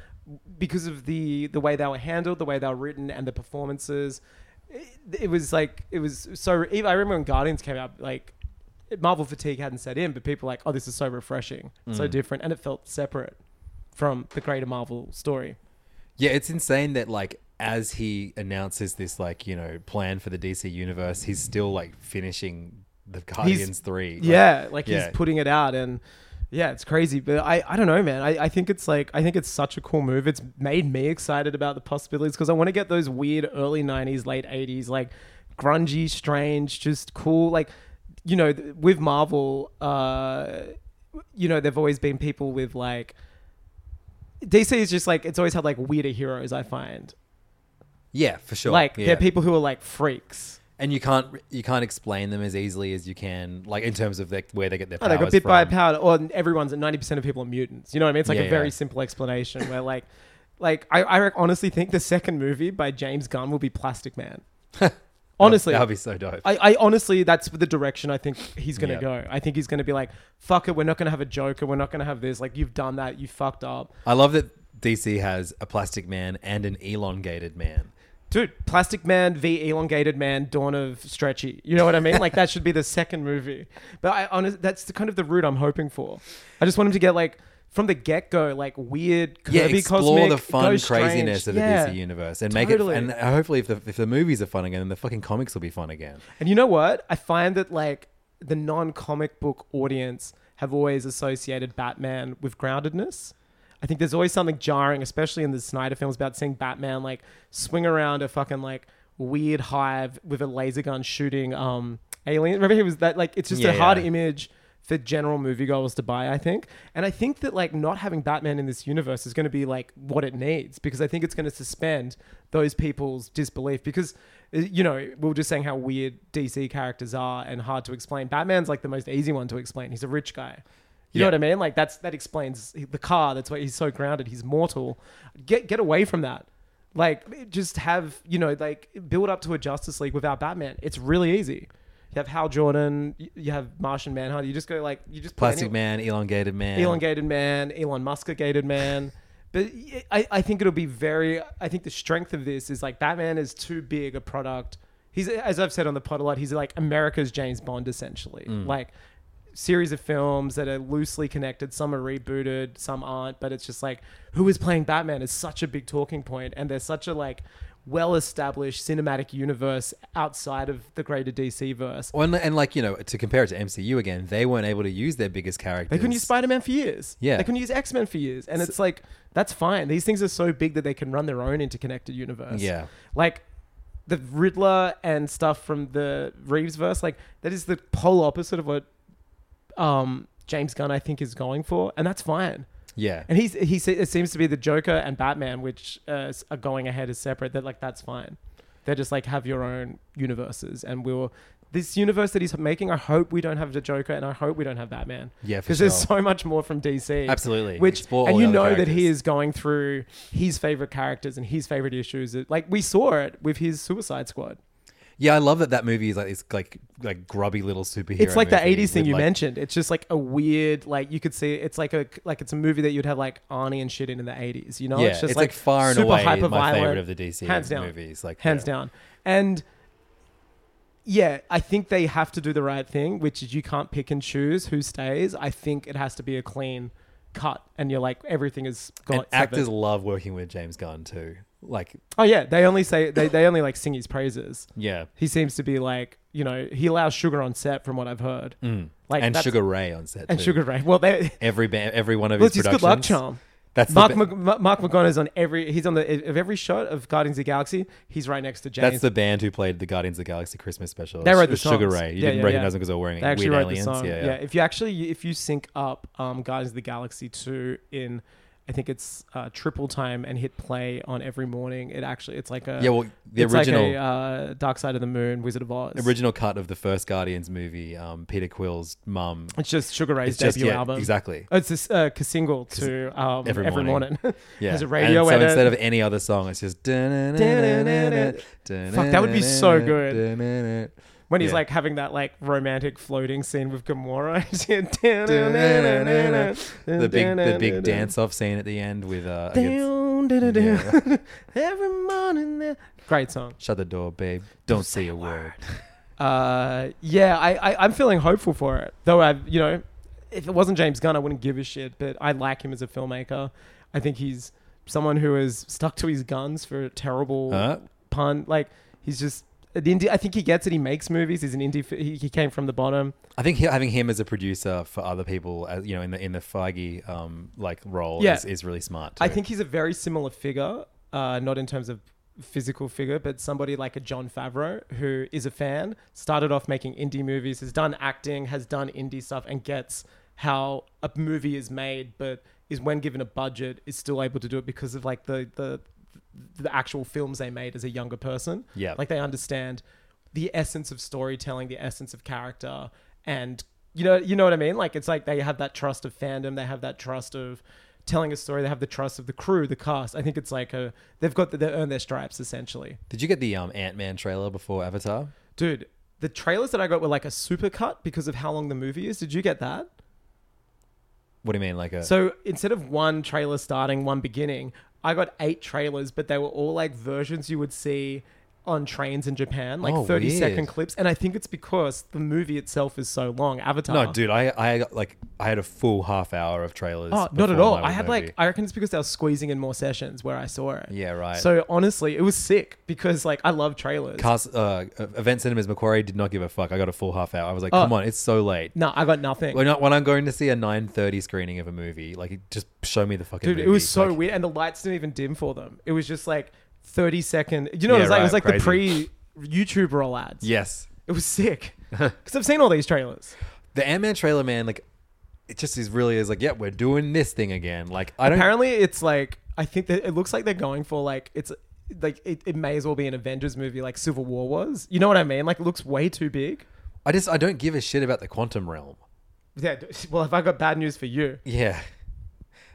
because of the the way they were handled, the way they were written, and the performances, it, it was like it was so. even- I remember when Guardians came out, like Marvel fatigue hadn't set in, but people were like, oh, this is so refreshing, so Mm. different, and it felt separate from the greater Marvel story. Yeah, it's insane that like as he announces this like you know plan for the DC universe, he's still like finishing the Guardians three. Like, yeah, like yeah. he's putting it out and yeah, it's crazy. But I, I don't know, man. I, I think it's like I think it's such a cool move. It's made me excited about the possibilities because I want to get those weird early nineties, late eighties, like grungy, strange, just cool. Like you know, th- with Marvel, uh you know, there've always been people with like DC is just like it's always had like weirder heroes, I find. yeah, for sure. Like yeah. they're people who are like freaks. and you can't you can't explain them as easily as you can like in terms of like where they get their Oh, powers they got bit by a from. powder, or everyone's ninety percent of people are mutants. You know what I mean? It's like Yeah, a very yeah. simple explanation where, like, like I, I rec- honestly think the second movie by James Gunn will be Plastic Man. honestly, That'd be so dope. I, I honestly, that's the direction I think he's gonna Yeah. go. I think he's gonna be like, "Fuck it, we're not gonna have a Joker, we're not gonna have this. Like, you've done that, you fucked up, I love that DC has a plastic man and an elongated man. dude." Plastic Man v Elongated Man, Dawn of Stretchy. You know what I mean? like that should be the second movie. But I honest, that's the kind of the route I'm hoping for. I just want him to get like. From the get go, like weird, curvy Yeah, explore cosmic, the go fun strange. craziness of the Yeah. DC universe and Totally. make it. And hopefully, if the, if the movies are fun again, then the fucking comics will be fun again. And you know what? I find that like the non comic book audience have always associated Batman with groundedness. I think there's always something jarring, especially in the Snyder films, about seeing Batman like swing around a fucking like weird hive with a laser gun shooting um alien. Remember he was that like it's just Yeah, a hard yeah. image for general moviegoers to buy, I think. And I think that like not having Batman in this universe is going to be like what it needs because I think it's going to suspend those people's disbelief because uh, you know, we were just saying how weird DC characters are and hard to explain. Batman's like the most easy one to explain. He's a rich guy. You know Yeah. what I mean? Like that's that explains the car. That's why he's so grounded. He's mortal. Get get away from that. Like just have you know like build up to a Justice League without Batman. It's really easy. You have Hal Jordan. y- You have Martian Manhunter. You just go like you just play Plastic any- man, elongated man. elongated man, Elon Musk gated man. But I, I think it'll be very. I think the strength of this is like Batman is too big a product. he's as I've said on the pod a lot. He's like America's James Bond essentially. Like series of films that are loosely connected. Some are rebooted, some aren't. But it's just like who is playing Batman is such a big talking point, and there's such a like well-established cinematic universe outside of the greater DC verse. Well, and, and like you know, to compare it to MCU again, they weren't able to use their biggest characters. They couldn't use Spider Man for years. Yeah. They couldn't use X Men for years. And it's like, that's fine. These things are so big that they can run their own interconnected universe. Yeah. Like, the Riddler and stuff from the Reeves verse, like, that is the polar opposite of what um, James Gunn, I think, is going for. And that's fine. Yeah, And he's, he se- it seems to be the Joker and Batman, which uh, s- are going ahead as separate. That like that's fine. They're just like have your own universes, and we'll this universe that he's making. I hope we don't have the Joker, and I hope we don't have Batman. Yeah, for because there's sure. so much more from DC. Absolutely. which Explore all and the you other know that he characters. is going through his favorite characters and his favorite issues. Like we saw it with his Suicide Squad. yeah, I love that that movie is like it's like like grubby little superhero. it's like the movie 80s thing with, you like- mentioned it's just like a weird like you could see it's like a like it's a movie that you'd have like arnie and shit in in the 80s you know Yeah, it's just it's, like, far and super away my hyper-violent. favorite of the DC hands down movies, like, hands yeah. down and yeah i think they have to do the right thing which is you can't pick and choose who stays i think it has to be a clean cut and you're like everything is got And actors severed. love working with James Gunn too. Like, oh yeah they only say they, they only like sing his praises yeah, he seems to be like you know he allows sugar on set from what i've heard like Mm. and that's- Sugar Ray on set and too. Sugar Ray. Well, they, Every ba- every one of well, his it's his productions. good luck charm. That's Mark the ba- Mc- Ma- Mark McGonagall's on every. He's on the of every shot of Guardians of the Galaxy. He's right next to James. That's the band who played the Guardians of the Galaxy Christmas special. They wrote the Sugar songs. Ray. You Yeah, didn't yeah, recognize yeah. them because they were wearing they actually weird wrote aliens. the song. Yeah, yeah. If you actually if you sync up um, Guardians of the Galaxy two in, I think it's uh, triple time and hit play on every morning. It actually it's like a Yeah, well, the it's original- like a, uh, Dark Side of the Moon, Wizard of Oz. Original cut of the first Guardians movie, um, Peter Quill's mum. It's just Sugar Ray's It's just- debut yeah, album. exactly. Oh, it's this uh, single to um, every, Every morning. Morning. Yeah. There's a radio and so edit. instead of any other song, it's just. Fuck, Fuck, that that would be so good. When he's Yeah. like having that like romantic floating scene with Gamora. The big, the big dance-off scene at the end with uh, against- Yeah. Every morning. there- Great song. shut the door, babe. Don't say a word. Uh, yeah, I, I, I'm feeling hopeful for it. Though I, you know, if it wasn't James Gunn, I wouldn't give a shit. But I like him as a filmmaker. I think he's someone who is stuck to his guns for a terrible Huh? pun. Like he's just an indie. I think he gets it. He makes movies. He's an indie. fi- He, he came from the bottom. I think he, having him as a producer for other people, as, you know, in the in the Feige um, like role, Yeah. is, is really smart. I too. think he's a very similar figure, uh, not in terms of physical figure, but somebody like a John Favreau who is a fan, started off making indie movies, has done acting, has done indie stuff, and gets how a movie is made, but is when given a budget, is still able to do it because of like the the the actual films they made as a younger person. Yeah. like they understand the essence of storytelling, the essence of character, and you know, you know what I mean. Like it's like they have that trust of fandom, they have that trust of telling a story, they have the trust of the crew, the cast. I think it's like a they've got they earn their stripes essentially, Did you get the um, Ant Man trailer before Avatar? dude. The trailers that I got were like a super cut because of how long the movie is. Did you get that? What do you mean, like a? So instead of one trailer starting, one beginning, I got eight trailers, but they were all like versions you would see on trains in Japan, like Oh, 30 second weird. clips. And I think it's because the movie itself is so long. Avatar. no, dude, I I got, like I had a full half hour of trailers. Oh, not at before all. my I had movie. like, I reckon it's because they were squeezing in more sessions where I saw it. Yeah, right. So honestly, it was sick because like I love trailers. Cast, uh, event cinemas Macquarie did not give a fuck. I got a full half hour. I was like, Oh. come on, it's so late. no, I got nothing. When, I, when I'm going to see a 9:30 screening of a movie, like just show me the fucking. Dude, it movie. was so Like, weird, and the lights didn't even dim for them. It was just like thirty second. You know, Yeah, what it was like right, it was like the pre YouTube roll ads. Yes, it was sick because I've seen all these trailers. the Ant Man trailer, man. Like, it just is really is like, yeah, we're doing this thing again. Like, I don't. Apparently, it's like I think that it looks like they're going for like it's like it, it may as well be an Avengers movie like Civil War was. You know what I mean? Like it looks way too big. I just I don't give a shit about the quantum realm. Yeah. d- Well, have I got bad news for you? Yeah.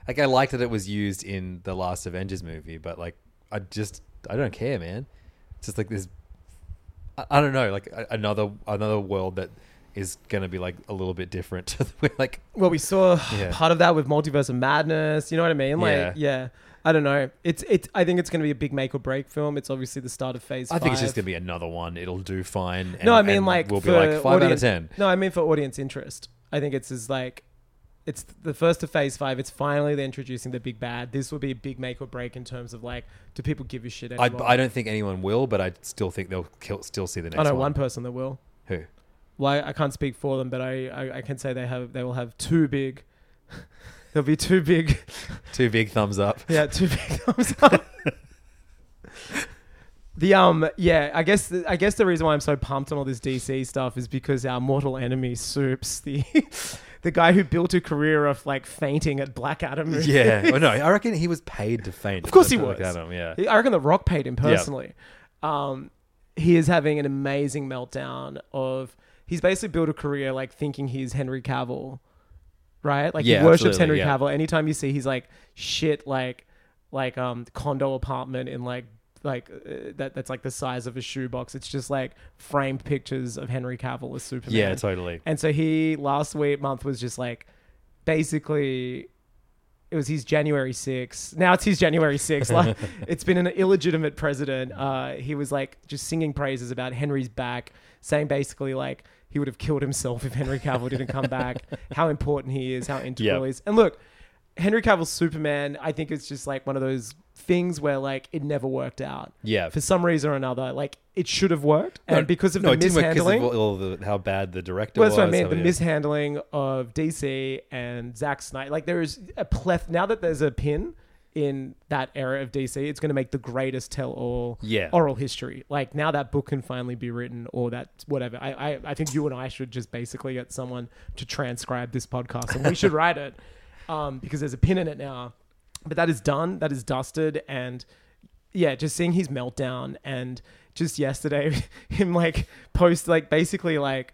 Like I like that it was used in the last Avengers movie, but like I just I don't care, man. It's just like this I, I don't know, like a- another another world that is gonna be like a little bit different to the way like Well, we saw Yeah. part of that with Multiverse of Madness. You know what I mean? Like, Yeah. yeah. I don't know. It's it's. I think it's going to be a big make or break film. It's obviously the start of Phase. I think it's just five. gonna be another one. It'll do fine. And, No, I mean and like we'll for be like five audience, out of ten. No, I mean for audience interest. I think it's as like, it's the first of Phase Five. It's finally they're introducing the big bad. This will be a big make or break in terms of like, do people give a shit I, anymore? I don't think anyone will, but I still think they'll kill, still see the next I know one. one person that will. Who? Well, I, I can't speak for them, but I, I, I can say they have they will have two big. There'll be two big. Two big thumbs up. Yeah, two big thumbs up. the um, yeah, I guess the, I guess the reason why I'm so pumped on all this DC stuff is because our mortal enemy Soups, the the guy who built a career of like fainting at Black Adam. movies. Yeah. well, no, I reckon he was paid to faint. Of course he Look at was. him, yeah. I reckon The Rock paid him personally. Um, he is having an amazing meltdown of he's basically built a career like thinking he's Henry Cavill, right? Like Yeah, he worships absolutely, Henry yeah. Cavill. Anytime you see he's like shit, like like um condo apartment in like like uh, that that's like the size of a shoebox. It's just like framed pictures of Henry Cavill as Superman. Yeah, totally. And so he last week month was just like basically it was his January 6th. Now it's his January 6th. Like it's been an illegitimate president. Uh, he was like just singing praises about Henry's back, saying basically like he would have killed himself if Henry Cavill didn't come back, how important he is, how integral Yeah. he is. And look, Henry Cavill's Superman, I think it's just like one of those things where like it never worked out. Yeah. For some reason or another, like it should have worked. and because of no, the it didn't work 'cause mishandling. of all the, how bad the director Well, was. that's what I mean. how The it- mishandling of DC and Zack Snyder. Like there is a pleth. Now that there's a pin in that era of DC, it's going to make the greatest tell-all Yeah. oral history. Like now that book can finally be written, or that whatever. I, I I think you and I should just basically get someone to transcribe this podcast, and we should write it um, because there's a pin in it now. But that is done. That is dusted, and yeah, just seeing his meltdown and just yesterday him like post like basically like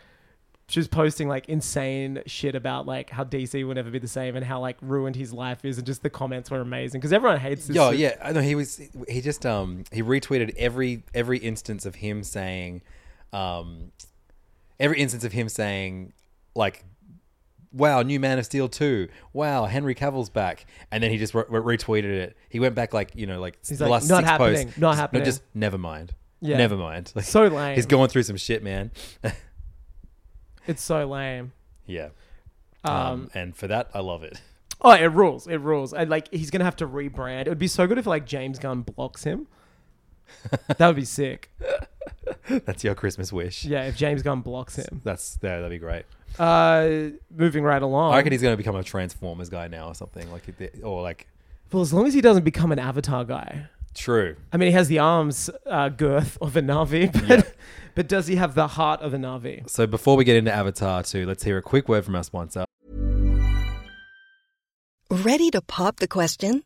she was posting like insane shit about like how DC will never be the same and how like ruined his life is and just the comments were amazing because everyone hates this. Yo, shit. yeah, I know he was. He just um he retweeted every every instance of him saying, um, every instance of him saying, like, wow, new Man of Steel two, wow, Henry Cavill's back, and then he just re- re- retweeted it. He went back like you know like the like, last "Not six happening, posts, not just- happening." just never mind, Yeah. never mind. Like, So lame. He's going through some shit, man. it's so lame. yeah. um, and for that, I love it. Oh, it rules! It rules! And like he's gonna have to rebrand. It would be so good if like James Gunn blocks him. that would be sick. That's your Christmas wish. Yeah, if James Gunn blocks him. That's yeah, that'd be great. Um, Uh, moving right along. I reckon he's gonna become a Transformers guy now or something like, it- or like well, as long as he doesn't become an Avatar guy. true. I mean, he has the arms uh, girth of a Navi, but, but does he have the heart of a Navi? So before we get into Avatar 2, let's hear a quick word from our sponsor. Ready to pop the question?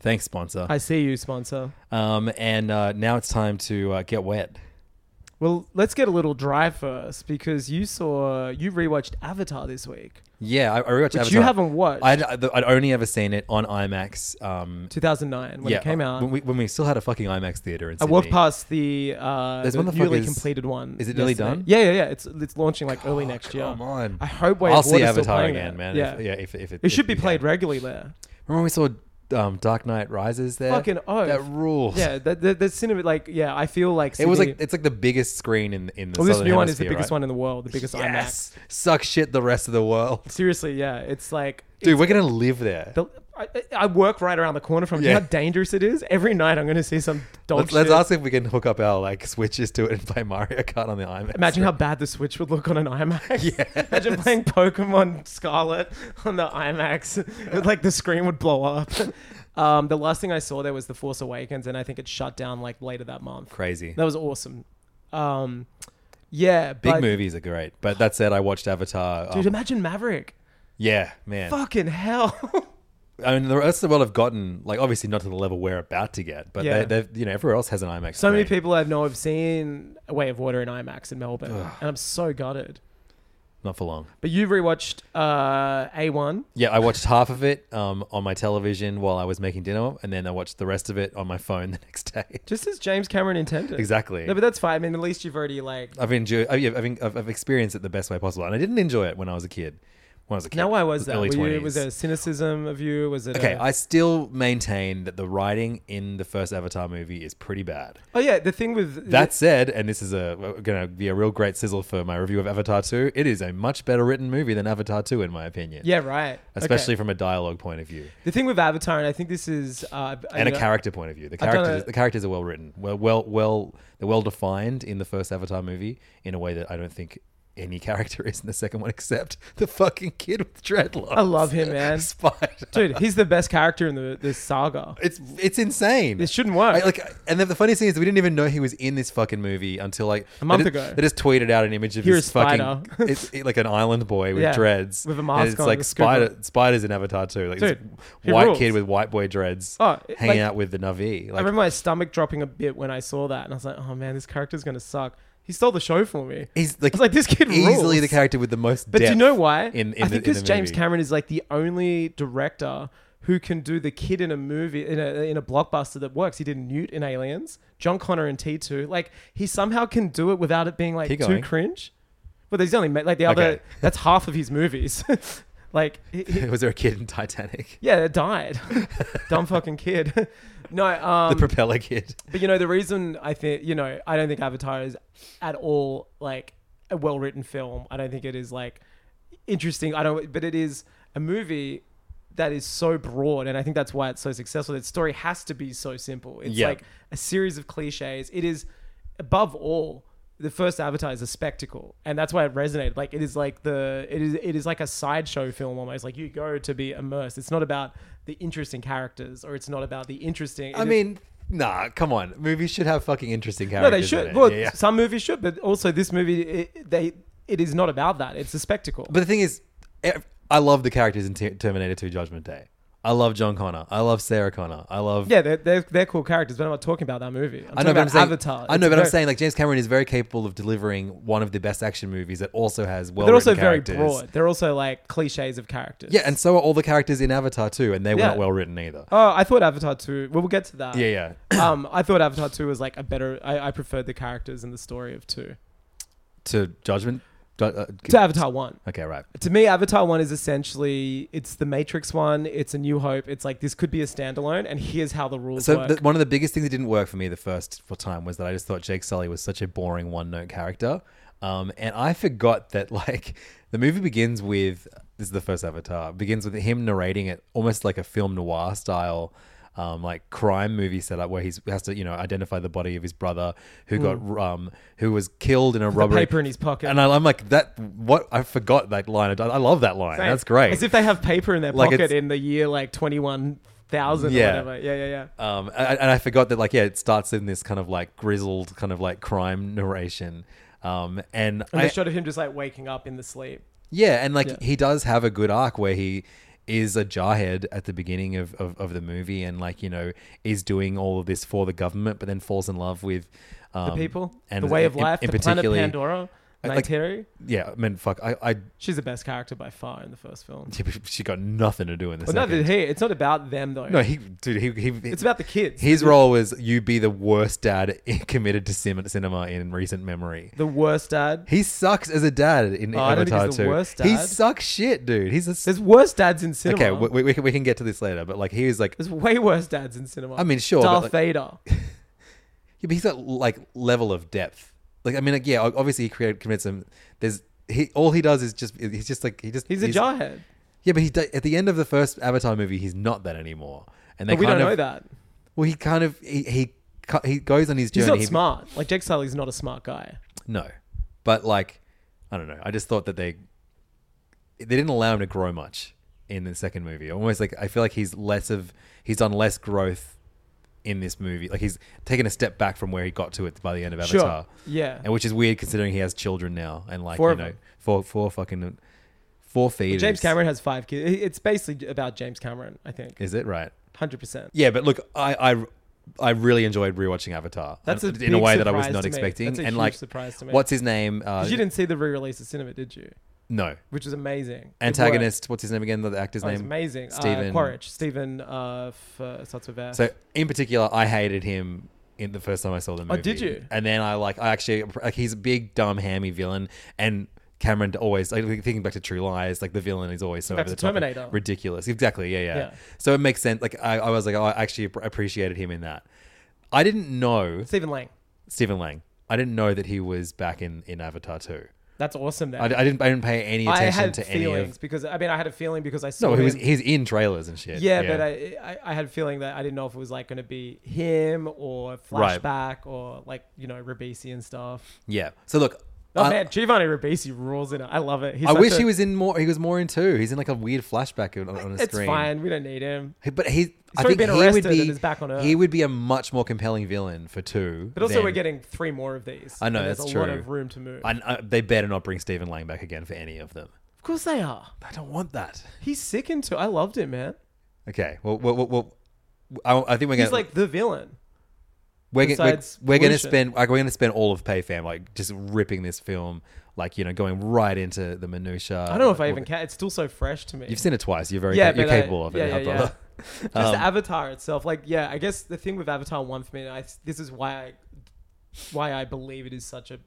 Thanks, sponsor. I see you, sponsor. Um, and uh, now it's time to uh, get wet. Well, let's get a little dry first because you saw you rewatched Avatar this week, Yeah, I, I rewatched which Avatar. you haven't watched. I'd, I'd only ever seen it on IMAX. Um, 2009 when yeah, uh, it came out. when we, when we still had a fucking IMAX theater in I Sydney. walked past the, uh, There's the newly motherfuckers- completed one. Is it nearly yesterday. done? Yeah, yeah, yeah. It's it's launching like early next year. Come on. I hope Way I'll of see Water's still Avatar playing again, it. man. Yeah, If, yeah. If, if it if should be we played can. regularly there. Remember we saw um, Dark Knight Rises there. Fucking oath. That rules. Yeah, that the, the cinema like yeah. I feel like It was Sydney- like it's like the biggest screen in in the. well, this Southern new one is the Hemisphere, biggest right? one in the world, the biggest yes. Suck shit the rest of the world, IMAX. Seriously, yeah. It's like dude. We're gonna live there. The, I, I work right around the corner from. Do you Yeah. know how dangerous it is? Every night I'm going to see some dog Let's, let's shit. ask if we can hook up our like switches to it and play Mario Kart on the IMAX. Imagine how bad the Switch would look on an IMAX. Yes. Imagine playing Pokemon Scarlet on the IMAX. It would, like the screen would blow up. Um, the last thing I saw there was The Force Awakens, and I think it shut down like later that month. crazy. That was awesome. Um, yeah, Big but, movies are great, but that said, I watched Avatar. um, dude. imagine Maverick. yeah, man. Fucking hell. I mean, the rest of the world have gotten like obviously not to the level we're about to get, but Yeah. they, they've you know everywhere else has an IMAX. so many screen. people I know have seen A Way of Water in IMAX in Melbourne, and I'm so gutted. Not for long. But you've rewatched uh, A1. Yeah, I watched half of it um, on my television while I was making dinner, and then I watched the rest of it on my phone the next day. Just as James Cameron intended. exactly. No, but that's fine. I mean, at least you've already like. I've enjoyed. I've, I've, I've I've experienced it the best way possible, and I didn't enjoy it when I was a kid. When I was a kid. Now, why was that? Early Were you- 20s. was there a cynicism of you? Was it? Okay, a- I still maintain that the writing in the first Avatar movie is pretty bad. oh yeah, the thing with That said, and this is a going to be a real great sizzle for my review of Avatar 2, it is a much better written movie than Avatar 2 in my opinion. Yeah, right. Especially Okay. from a dialogue point of view the thing with Avatar, and I think this is uh, and a you know, character point of view. The I've done characters a- the characters are well written. Well well well they're well defined in the first Avatar movie in a way that I don't think any character is in the second one except the fucking kid with dreadlocks. I love him, man. Spider. Dude, he's the best character in the this saga. It's it's insane. This shouldn't work. I- like, and the, the funny thing is, we didn't even know he was in this fucking movie until like A month they just, ago. They just tweeted out an image of Here's this fucking, Spider. it's it- like an island boy with Yeah, dreads with a and mask It's on, like with spider, scuba. spiders in Avatar too. Like Dude, he this white rules. kid with white boy dreads Oh, it- hanging like- out with the Navi. I Like, remember my stomach dropping a bit when I saw that, and I was like, "Oh man, this character's gonna suck." He stole the show for me. he's like, I was like, "This kid easily rules. the character with the most. But do you depth know why? In, in I think the, in because the James movie. Cameron is like the only director who can do the kid in a movie in a in a blockbuster that works. He did Newt in Aliens, John Connor in T two. Like he somehow can do it without it being like Keep too going. cringe. But he's only made like the other. Okay. That's half of his movies. like he, he- was there a kid in Titanic? yeah, it died. Dumb fucking kid. no, um, the propeller kid. but you know, the reason I think, you know, I don't think Avatar is at all like a well written film. I don't think it is like interesting. I don't, but it is a movie that is so broad. And I think that's why it's so successful. Its story has to be so simple. It's Yeah. like a series of cliches. It is, above all, the first Avatar is a spectacle, and that's why it resonated. Like it is like the it is it is like a sideshow film almost. Like you go to be immersed. It's not about the interesting characters, or it's not about the interesting. I it is- mean, nah, come on. Movies should have fucking interesting no, characters. they in should. it. Well, Yeah, yeah. some movies should, but also this movie, it, they it is not about that. It's a spectacle. But the thing is, ev- I love the characters in T- Terminator 2 Judgment Day. I love John Connor. I love Sarah Connor. I love. yeah, they're, they're, they're cool characters, but I'm not talking about that movie. I'm I know, talking but I'm about saying, Avatar. I know, It's but I'm very- saying like James Cameron is very capable of delivering one of the best action movies that also has well. they're also very characters. broad. They're also like cliches of characters. Yeah, and so are all the characters in Avatar too, and they were Yeah. not well written either. oh, I thought Avatar two. Well, we'll get to that. yeah, yeah. um, I thought Avatar two was like a better. I, I preferred the characters and the story of two to Judgment. Ju- uh, to Avatar one. Okay, right. To me, Avatar one is essentially it's the Matrix one. It's a New Hope. It's like this could be a standalone, and here's how the rules So work. the, one of the biggest things that didn't work for me the first f- time was that I just thought Jake Sully was such a boring one note character, um, and I forgot that like the movie begins with this is the first Avatar begins with him narrating it almost like a film noir style. Um, like crime movie setup where he's has to you know identify the body of his brother who got um who was killed in a robbery Mm. paper in his pocket. and I, I'm like that what I forgot that line I, I love that line Same. that's great As if they have paper in their Like pocket it's- in the year like twenty one thousand Yeah. or whatever. Yeah, yeah, yeah. Um, and, and I forgot that, like, yeah, it starts in this kind of like grizzled, kind of like crime narration. Um, and And I, they showed him just like waking up in the sleep. yeah, and like he does have a good arc where he is a jarhead at the beginning of, of, of the movie and like you know is doing all of this for the government but then falls in love with the Um, people, and the way in- of life, in the planet particularly- Pandora, like- Nighteri. Yeah, I mean, fuck, I, I She's the best character by far in the first film. she got nothing to do in this. But no, but here it's not about them though. no, he, dude, he, he, it's about the kids. his role was you be the worst dad committed to sim- cinema in recent memory. the worst dad. He sucks as a dad in Oh, I don't Avatar think he's the 2. worst He dad. sucks shit, dude. He's a There's worse dads in cinema. okay. We, we, we can, we can get to this later, but like he was like, There's way worse dads in cinema. I mean, sure, Darth but like, Vader. yeah, but he's got like level of depth. Like I mean, like yeah, ob- obviously he created commits him. There's he all he does is just he's just like he just He's, a jarhead. Yeah, but he do- at the end of the first Avatar movie, he's not that anymore. And they But we kind don't of, know that. Well, he kind of he he, cu- he goes on his journey. He's not He- smart. Like Jake Sully's not a smart guy. No, but like, I don't know. I just thought that they they didn't allow him to grow much in the second movie. Almost like I feel like he's less of he's done less growth in this movie. Like he's taken a step back from where he got to it by the end of Sure. Avatar. Yeah. and which is weird considering he has children now and like Four you of know them. four four fucking four feet. James Cameron has five kids. It- It's basically about James Cameron, I think. is it right? Hundred percent. Yeah, but look, I I I really enjoyed rewatching Avatar. Uh, That's a in a big way that I was surprise not to me. expecting. That's a and huge like, surprise to me. what's his name? Uh, You didn't see the re-release of cinema, did you? no Which was amazing. It worked. antagonist. What's his name again? The actor's Oh, it's name. amazing. Stephen- uh, Quaritch. Stephen uh, f- uh, starts with F. So in particular, I hated him in the first time I saw the movie. Oh, did you? And then I like I actually like he's a big dumb hammy villain and. Cameron always like thinking back to True Lies, like the villain is always so Back over to the top, and Terminator. ridiculous. Exactly, yeah, yeah, Yeah. So it makes sense. Like I, I was like, oh, I actually app- appreciated him in that. I didn't know Stephen Lang. Stephen Lang. I didn't know that he was back in in Avatar too. That's awesome. Then I, I didn't. I didn't pay any I attention had to any feelings of. because I mean I had a feeling because I saw No, he was. him. He's in trailers and shit. yeah, but I, I I had a feeling that I didn't know if it was like going to be him or Right. flashback or like you know Ribisi and stuff. Yeah. So look, Oh I, man, Giovanni Ribisi rules in it. I love it. He's I such wish a- he was in more. He was more in two. He's in like a weird flashback on, on a It's screen. fine. We don't need him. He- But he, I already think been he would arrested and be. is back on Earth. He would be a much more compelling villain for two. But also, than- we're getting three more of these. I know, and there's that's a lot true. of room to move. I, I, they better not bring Stephen Lang back again for any of them. of course, they are. I don't want that. He's sick into. I loved it, man. Okay. Well, well, well, well I, I think we're He's gonna like the villain. we're, gonna- we're, besides we're gonna pollution. spend like we're gonna spend all of PayFam like just ripping this film like you know going right into the minutia. I don't know if I even can. It's still so fresh to me. You've seen it twice. You're very Yeah, ca- you're but I- capable of it. yeah, yeah, Harper. yeah. Just Um, the Avatar itself, like yeah, I guess the thing with Avatar one for me, and I, this is why I, why I believe it is such a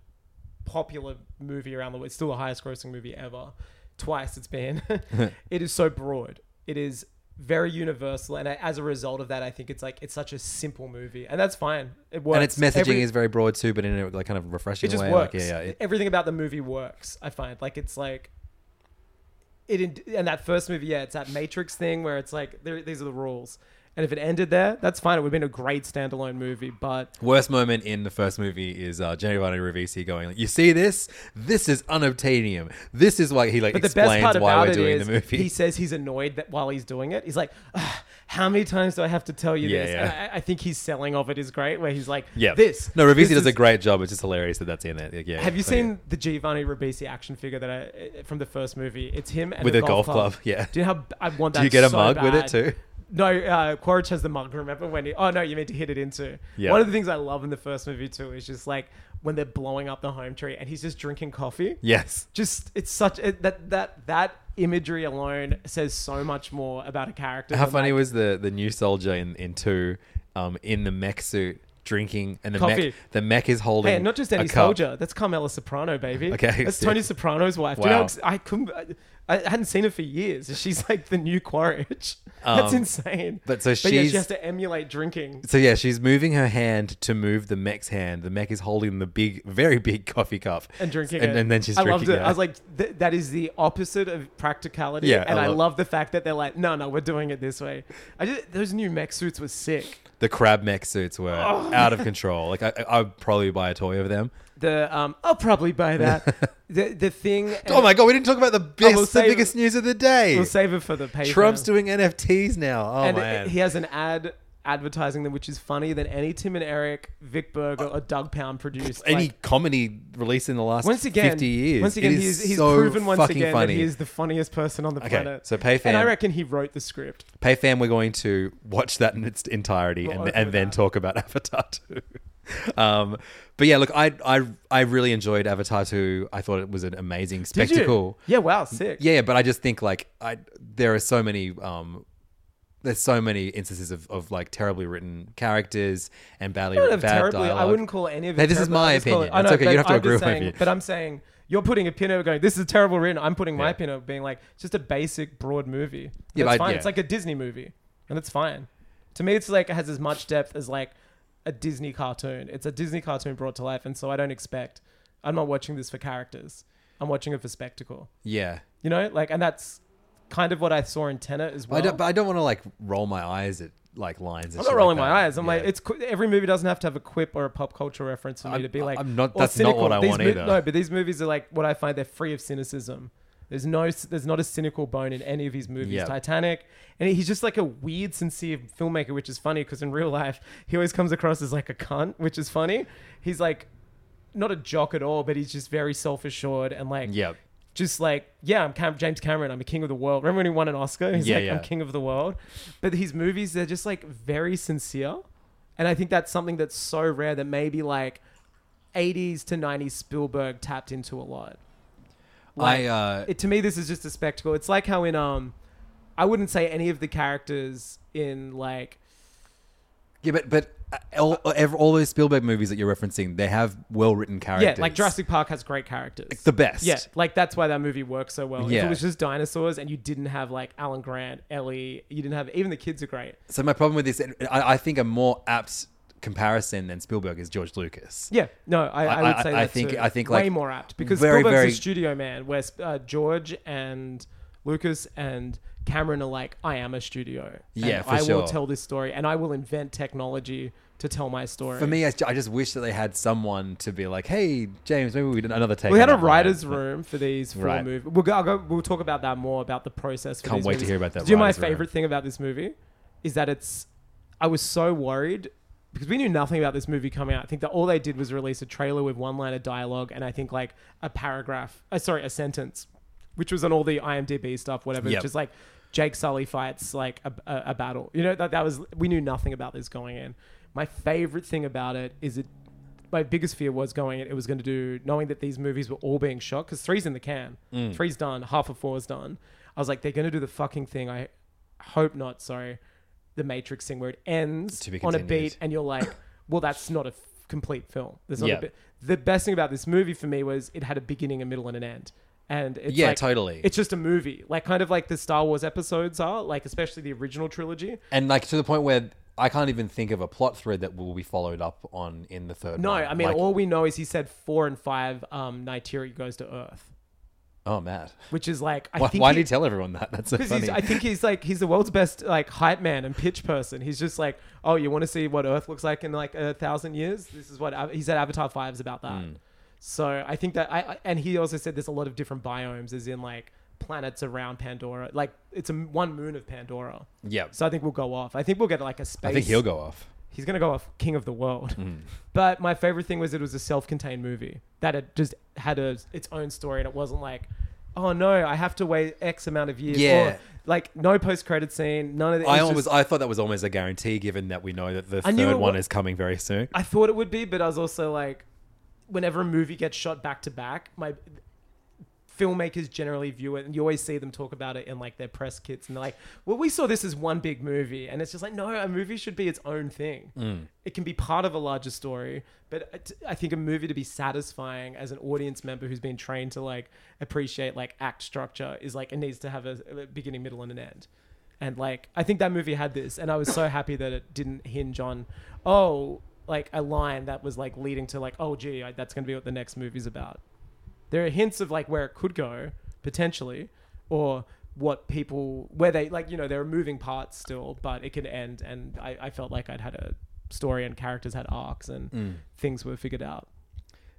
popular movie around the world. It's still the highest grossing movie ever. Twice it's been. it is so broad. It is very universal, and I, as a result of that, I think it's like it's such a simple movie, and that's fine. It works. and its messaging Every- is very broad too, but in a like kind of refreshing it just way. works. Like, yeah, yeah. It- Everything about the movie works. I find like it's like it in, and that first movie, yeah, it's that Matrix thing where it's like there, these are the rules, and if it ended there, that's fine. It would have been a great standalone movie, but Worst moment in the first movie is uh, Giovanni Ribisi going, like, "You see this? This is unobtainium. This is why he like but the best explains part why about we're it doing is the movie." he says he's annoyed that while he's doing it, he's like, "Ah, how many times do I have to tell you Yeah, this? yeah. And I, I think his selling of it is great, where he's like, yeah, this. No, Ribisi this does is- a great job. It's just hilarious that that's in it. Like, yeah. Have you okay. seen the Giovanni Ribisi action figure that I from the first movie? It's him and With a, a golf club, yeah. Do you know how b- I want that? Do you get a so mug with it bad. too? No, uh, Quaritch has the mug. Remember when? He, oh no, you meant to hit it into. Yeah. One of the things I love in the first movie too is just like when they're blowing up the home tree and he's just drinking coffee. Yes. Just it's such it, that that that imagery alone says so much more about a character. How than, funny like, was the the new soldier in in two, um, in the mech suit drinking, and the Coffee. mech the mech is holding. Hey, not just a any cup. soldier. That's Carmela Soprano, baby. Okay. that's Tony Soprano's wife. Do you Wow. know, how ex- I couldn't. I, I hadn't seen her for years. She's like the new Quaritch. that's Um, insane. but so yeah, she's- she has to emulate drinking. So yeah, she's moving her hand to move the mech's hand. The mech is holding the big, very big coffee cup and drinking and, it. and then she's I drinking loved it. I was like, th- that is the opposite of practicality. Yeah, and I I, love- love the fact that they're like, no, no, we're doing it this way. I just those new mech suits were sick. the crab mech suits were Oh, out of control. Like I, I I'd probably buy a toy of them. The um, I'll probably buy that. the the thing. Oh my god, we didn't talk about the biggest, we'll the save- biggest news of the day. We'll save it for the paper. Trump's doing NFTs now. Oh and man, he has an ad advertising them, which is funnier than any Tim and Eric, Vic Berger, or Doug Pound produced. any Like, comedy released in the last once again, fifty years. once again, It he's, is he's so proven once fucking again funny. that he is the funniest person on the planet. so Payfan- and I reckon he wrote the script. Pay fan, we're going to watch that in its entirety We'll and, open and with then that. talk about Avatar 2. Um, but yeah, look, I I I really enjoyed Avatar 2. I thought it was an amazing Did you? spectacle. Yeah, wow, sick. Yeah, but I just think like I there are so many um there's so many instances of, of like terribly written characters and badly I written don't bad have terribly. dialogue. I wouldn't call any of it. Hey, this is terrible. I my just call opinion. It's okay, but you don't have to I'm just agree with saying- me. But I'm saying you're putting a pin over going. This is terrible written. I'm putting my Yeah. pin over being like it's just a basic broad movie. Yeah, but I- Yeah, that's fine. yeah. It's like a Disney movie, and it's fine. To me, it's like it has as much depth as like a Disney cartoon. It's a Disney cartoon brought to life, and so I don't expect. I'm not watching this for characters. I'm watching it for spectacle. Yeah. You know, like, and that's kind of what I saw in Tenet as well. I don't, but I don't want to like roll my eyes at like lines. And I'm shit not rolling like my that. eyes. I'm like, Yeah. it's qu- every movie doesn't have to have a quip or a pop culture reference for me I'm- to be like. I'm not- or that's not cynical. what I These want mov- either. No, but these movies are like what I find. They're free of cynicism. There's no, there's not a cynical bone in any of his movies. Yeah. Titanic, and he's just like a weird, sincere filmmaker, which is funny because in real life he always comes across as like a cunt, which is funny. He's like not a jock at all, but he's just very self-assured and like yeah. just like, yeah, I'm Cam- James Cameron. I'm a king of the world. Remember when he won an Oscar? He's Yeah, like, yeah. I'm king of the world. But his movies, they're just like very sincere. And I think that's something that's so rare that maybe like 80s to 90s Spielberg tapped into a lot. I uh, It, to me, this is just a spectacle. It's like how in, um, I wouldn't say any of the characters in like, yeah, but but uh, all, ev- all those Spielberg movies that you're referencing, they have well written characters. yeah, like Jurassic Park has great characters. the best. Yeah, like that's why that movie works so well. If Yeah. it was just dinosaurs and you didn't have like Alan Grant, Ellie, you didn't have even the kids are great. So my problem with this, and I, I think a more apt comparison than Spielberg is George Lucas. Yeah, no, I, I, I- would I- say I that think- too. I think, way like, more apt because very, Spielberg's very- a studio man, where uh, George and Lucas and Cameron are like, I am a studio. and Yeah, for I sure. will tell this story, and I will invent technology to tell my story. For me, I, I just wish that they had someone to be like, "Hey, James, maybe we did another take." we had on a that writer's line." room for these four Right. movies. We'll, go, I'll go, we'll talk about that more about the process. For Can't these wait to movies. hear about that Do you know my writer's room. favorite thing about this movie is that it's. I was so worried because we knew nothing about this movie coming out. I think that all they did was release a trailer with one line of dialogue and I think like a paragraph. Uh, sorry, a sentence, which was on all the IMDb stuff, whatever. Yep. Just like Jake Sully fights like a, a, a battle. You know that that was we knew nothing about this going in. My favorite thing about it is it my biggest fear was going it was going to do knowing that these movies were all being shot because three's in the can Mm. three's done half of four's done i was like they're going to do the fucking thing i hope not sorry the matrix thing where it ends To be on a continued. beat and you're like well that's not a f- complete film there's not Yeah. a bit the best thing about this movie for me was it had a beginning a middle and an end and it's Yeah, like- totally. it's just a movie like kind of like the star wars episodes are like especially the original trilogy and like to the point where I can't even think of a plot thread that will be followed up on in the third. no one. i mean Uh, Like, all we know is he said four and five um Niteri goes to earth oh, Matt, which is like I why, think why did he- he tell everyone that? That's so 'cause funny. he's, I think he's like he's the world's best like hype man and pitch person. He's just like, oh, you want to see what Earth looks like in like a thousand years? This is what Av- he said. Avatar Five is about Hmm. that. So I think that I I- and he also said there's a lot of different biomes, as in like planets around Pandora. Like it's a m- one moon of Pandora. yeah, So I think we'll go off. I think we'll get like a space. I think he'll go off. He's gonna go off King of the World. Mm. But my favorite thing was it was a self-contained movie that it just had a its own story, and it wasn't like, oh no, I have to wait X amount of years. Yeah. Or, like no post-credit scene, none of the. I it's almost, just- I thought that was almost a guarantee, given that we know that the I knew third it one wa- is coming very soon. I thought it would be, but I was also like, whenever a movie gets shot back to back, my filmmakers generally view it, and you always see them talk about it in like their press kits, and they're like, "Well, we saw this as one big movie," and it's just like, no, a movie should be its own thing. Mm. It can be part of a larger story, but I t- I think a movie to be satisfying as an audience member who's been trained to like appreciate like act structure is like it needs to have a, a beginning, middle, and an end. And like, I think that movie had this, and I was so happy that it didn't hinge on, oh, like a line that was like leading to like, oh, gee, I, that's going to be what the next movie's about. There are hints of like where it could go potentially, or what people where they like you know there are moving parts still, but it can end. And I, I felt like I'd had a story and characters had arcs and Mm. things were figured out.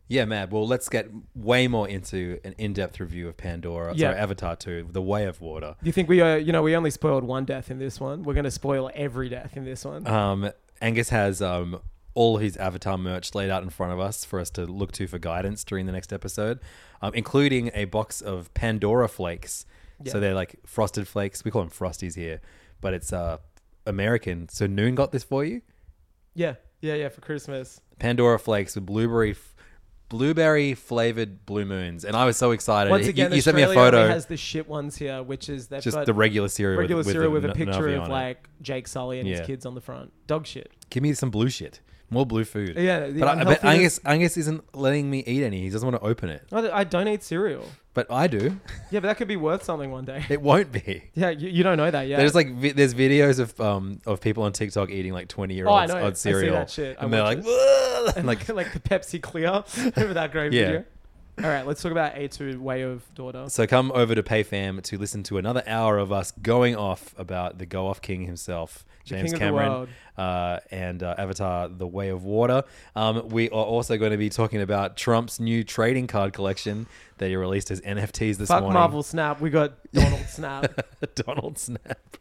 Yeah, Matt. Well, let's get way more into an in-depth review of Pandora. Yeah. Sorry, Avatar Two: The Way of Water. You think we are you know we only spoiled one death in this one. We're going to spoil every death in this one. Um, Angus has um, all his Avatar merch laid out in front of us for us to look to for guidance during the next episode, um, including a box of Pandora flakes. So they're like frosted flakes. We call them frosties here, but it's uh, American. So Noon got this for you. yeah, Yeah, yeah, for Christmas. Pandora flakes with blueberry f- blueberry flavored blue moons, and I was so excited. Once Uh, You- again, you, sent me a Australia only photo, has the shit ones here, which is they've just got the regular cereal, regular with, cereal with, with the a n- picture nothing of on it. like Jake Sully and Yeah. his kids on the front. Dog shit. give me some blue shit, more blue food. Yeah, the but I, but unhealthiness- Angus Angus isn't letting me eat any. He doesn't want to open it, I, I don't eat cereal. but I do. Yeah, but that could be worth something one day. It won't be. Yeah, you, you don't know that yet. There's like vi- there's videos of um of people on TikTok eating like twenty year Oh, I olds know. I on see cereal, that shit. I and they're watch like, "Whoa," and like like like the Pepsi Clear. Remember that great Yeah. video? All right, let's talk about A2 Way of Daughter. So come over to PayFam to listen to another hour of us going off about the Go Off King himself, James king of the Cameron, world. uh, and uh, Avatar: The Way of Water. Um, we are also going to be talking about Trump's new trading card collection that he released as NFTs this Fuck morning. Marvel Snap. We got Donald Snap. Donald Snap.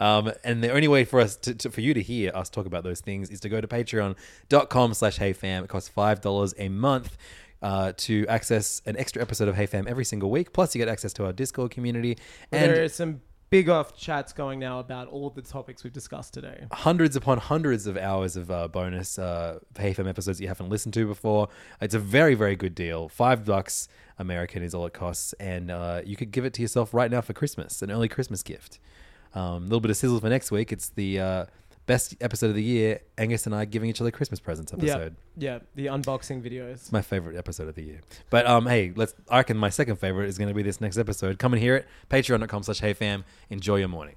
Um, and the only way for us to, to for you to hear us talk about those things is to go to patreon.com slash heyfam. It costs five dollars a month. Uh, to access an extra episode of Hey Fam every single week, plus you get access to our Discord community and there are some big off chats going now about all the topics we've discussed today. hundreds upon hundreds of hours of uh, bonus uh, PayFM episodes that you haven't listened to before. It's a very, very good deal. Five bucks American is all it costs, and uh, you could give it to yourself right now for Christmas, an early Christmas gift. A little bit of sizzle for next week. It's the uh, best episode of the year. Angus and I giving each other Christmas presents episode. Yeah, yeah, the unboxing videos. It's my favorite episode of the year. But um, hey, let's. I reckon my second favorite is going to be this next episode. Come and hear it. Patreon.com slash HeyFam. Enjoy your morning.